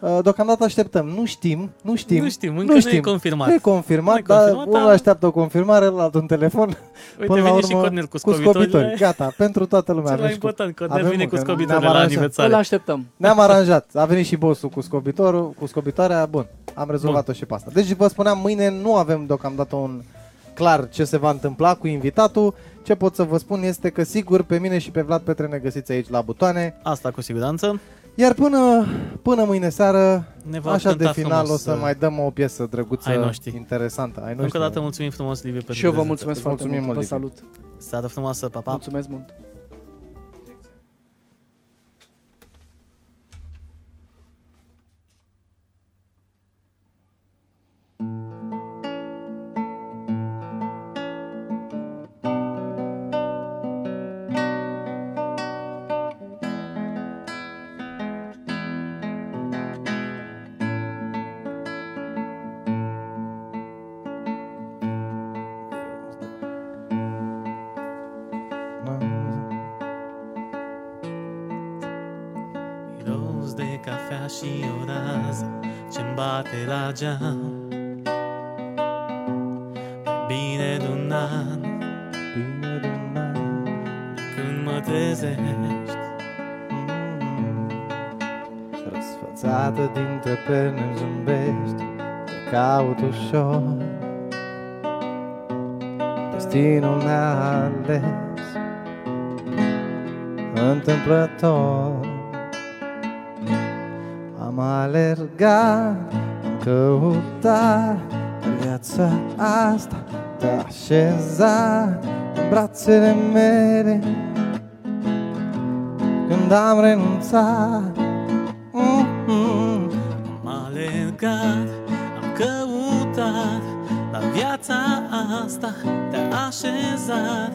Speaker 2: Uh, deocamdată așteptăm. Nu știm, nu știm.
Speaker 1: Nu știm, încă nu, e confirmat.
Speaker 2: E confirmat,
Speaker 1: Nu e
Speaker 2: dar
Speaker 1: confirmat,
Speaker 2: unul
Speaker 1: dar-
Speaker 2: așteaptă o confirmare, altul un telefon.
Speaker 1: Uite,
Speaker 2: Până la
Speaker 1: vine și
Speaker 2: urmă,
Speaker 1: Cornel cu
Speaker 2: Cu scobitori.
Speaker 1: scobitorile.
Speaker 2: Gata, pentru toată lumea.
Speaker 1: Cel
Speaker 2: avem
Speaker 1: mai
Speaker 2: scop-
Speaker 1: important, Cornel
Speaker 2: Avem,
Speaker 1: vine
Speaker 2: mă,
Speaker 1: cu
Speaker 2: că
Speaker 1: scobitorile
Speaker 2: ne-am
Speaker 1: la
Speaker 2: aranjat.
Speaker 3: Îl
Speaker 1: aniversare.
Speaker 3: așteptăm.
Speaker 2: Ne-am aranjat, a venit și bossul cu scobitorul, cu scobitoarea, bun, am rezolvat-o și pe asta. Deci vă spuneam, mâine nu avem deocamdată un clar ce se va întâmpla cu invitatul. Ce pot să vă spun este că sigur pe mine și pe Vlad Petre ne găsiți aici la butoane.
Speaker 1: Asta cu siguranță.
Speaker 2: Iar până, până mâine seară,
Speaker 1: Ne va
Speaker 2: așa de
Speaker 1: cânta
Speaker 2: final
Speaker 1: frumos, uh,
Speaker 2: o să mai dăm o piesă drăguță,
Speaker 1: ai noștri.
Speaker 2: interesantă. Ai
Speaker 1: Încă
Speaker 2: noștri,
Speaker 1: o dată mulțumim frumos, Liviu, pentru
Speaker 3: Și eu vă
Speaker 1: prezență.
Speaker 3: mulțumesc
Speaker 2: Îți
Speaker 3: foarte
Speaker 2: mulțumim
Speaker 3: mult. Vă
Speaker 2: mult,
Speaker 3: salut.
Speaker 1: Seară frumoasă, pa, pa.
Speaker 3: Mulțumesc mult.
Speaker 1: Miros de cafea și o rază ce-mi bate la geam. Mai Bine de un an
Speaker 2: Bine de un an.
Speaker 1: când mă trezești
Speaker 2: Răsfățată dintre perne zâmbești Te caut ușor destinul ne-a ales Întâmplător Am alergat, am căutat în Viața asta te așezat în brațele mele Când am renunțat mm-hmm, mm-mm.
Speaker 1: Am alergat, am căutat La viața asta te-a așezat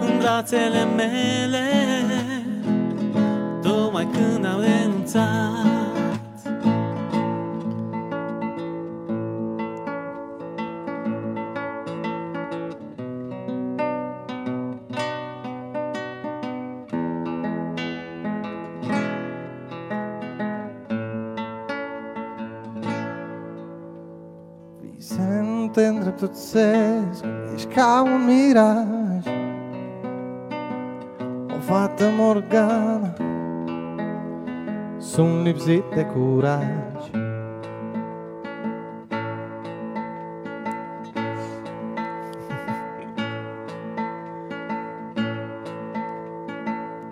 Speaker 1: În brațele mele Tocmai când am renunțat
Speaker 2: Visând te îndreptățesc, ești ca un miraj O fată morgană, sunt lipsit de curaj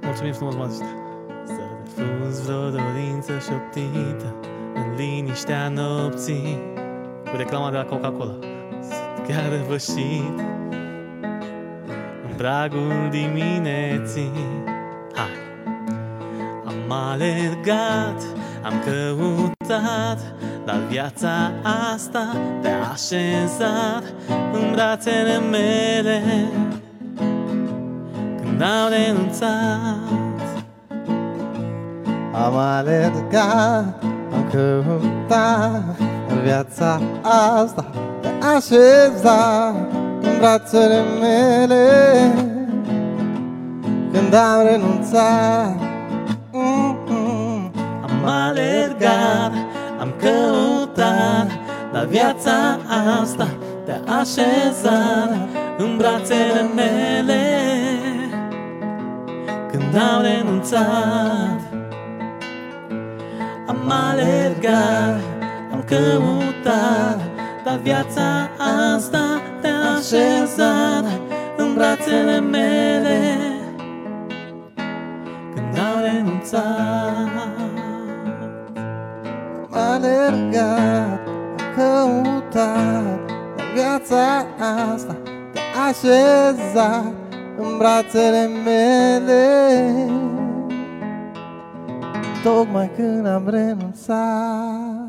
Speaker 1: Mulțumim frumos, Matus. Să refuzi vreo dorință șoptită În liniștea nopții Cu reclama de la Coca-Cola Sunt chiar răvășit În pragul dimineții Hai! Am alergat, am căutat La viața asta te-a așezat În brațele mele când am renunțat
Speaker 2: Am alergat, am căutat În viața asta te așeza În brațele mele Când am renunțat mm, Mm-mm.
Speaker 1: Am alergat, am căutat La viața asta te așezat În brațele mele Când am renunțat Am alergat, am căutat La viața asta te așezat În brațele mele când au renunțat
Speaker 2: Am alergat, am căutat Dar viața asta te așeza în brațele mele Tocmai când am renunțat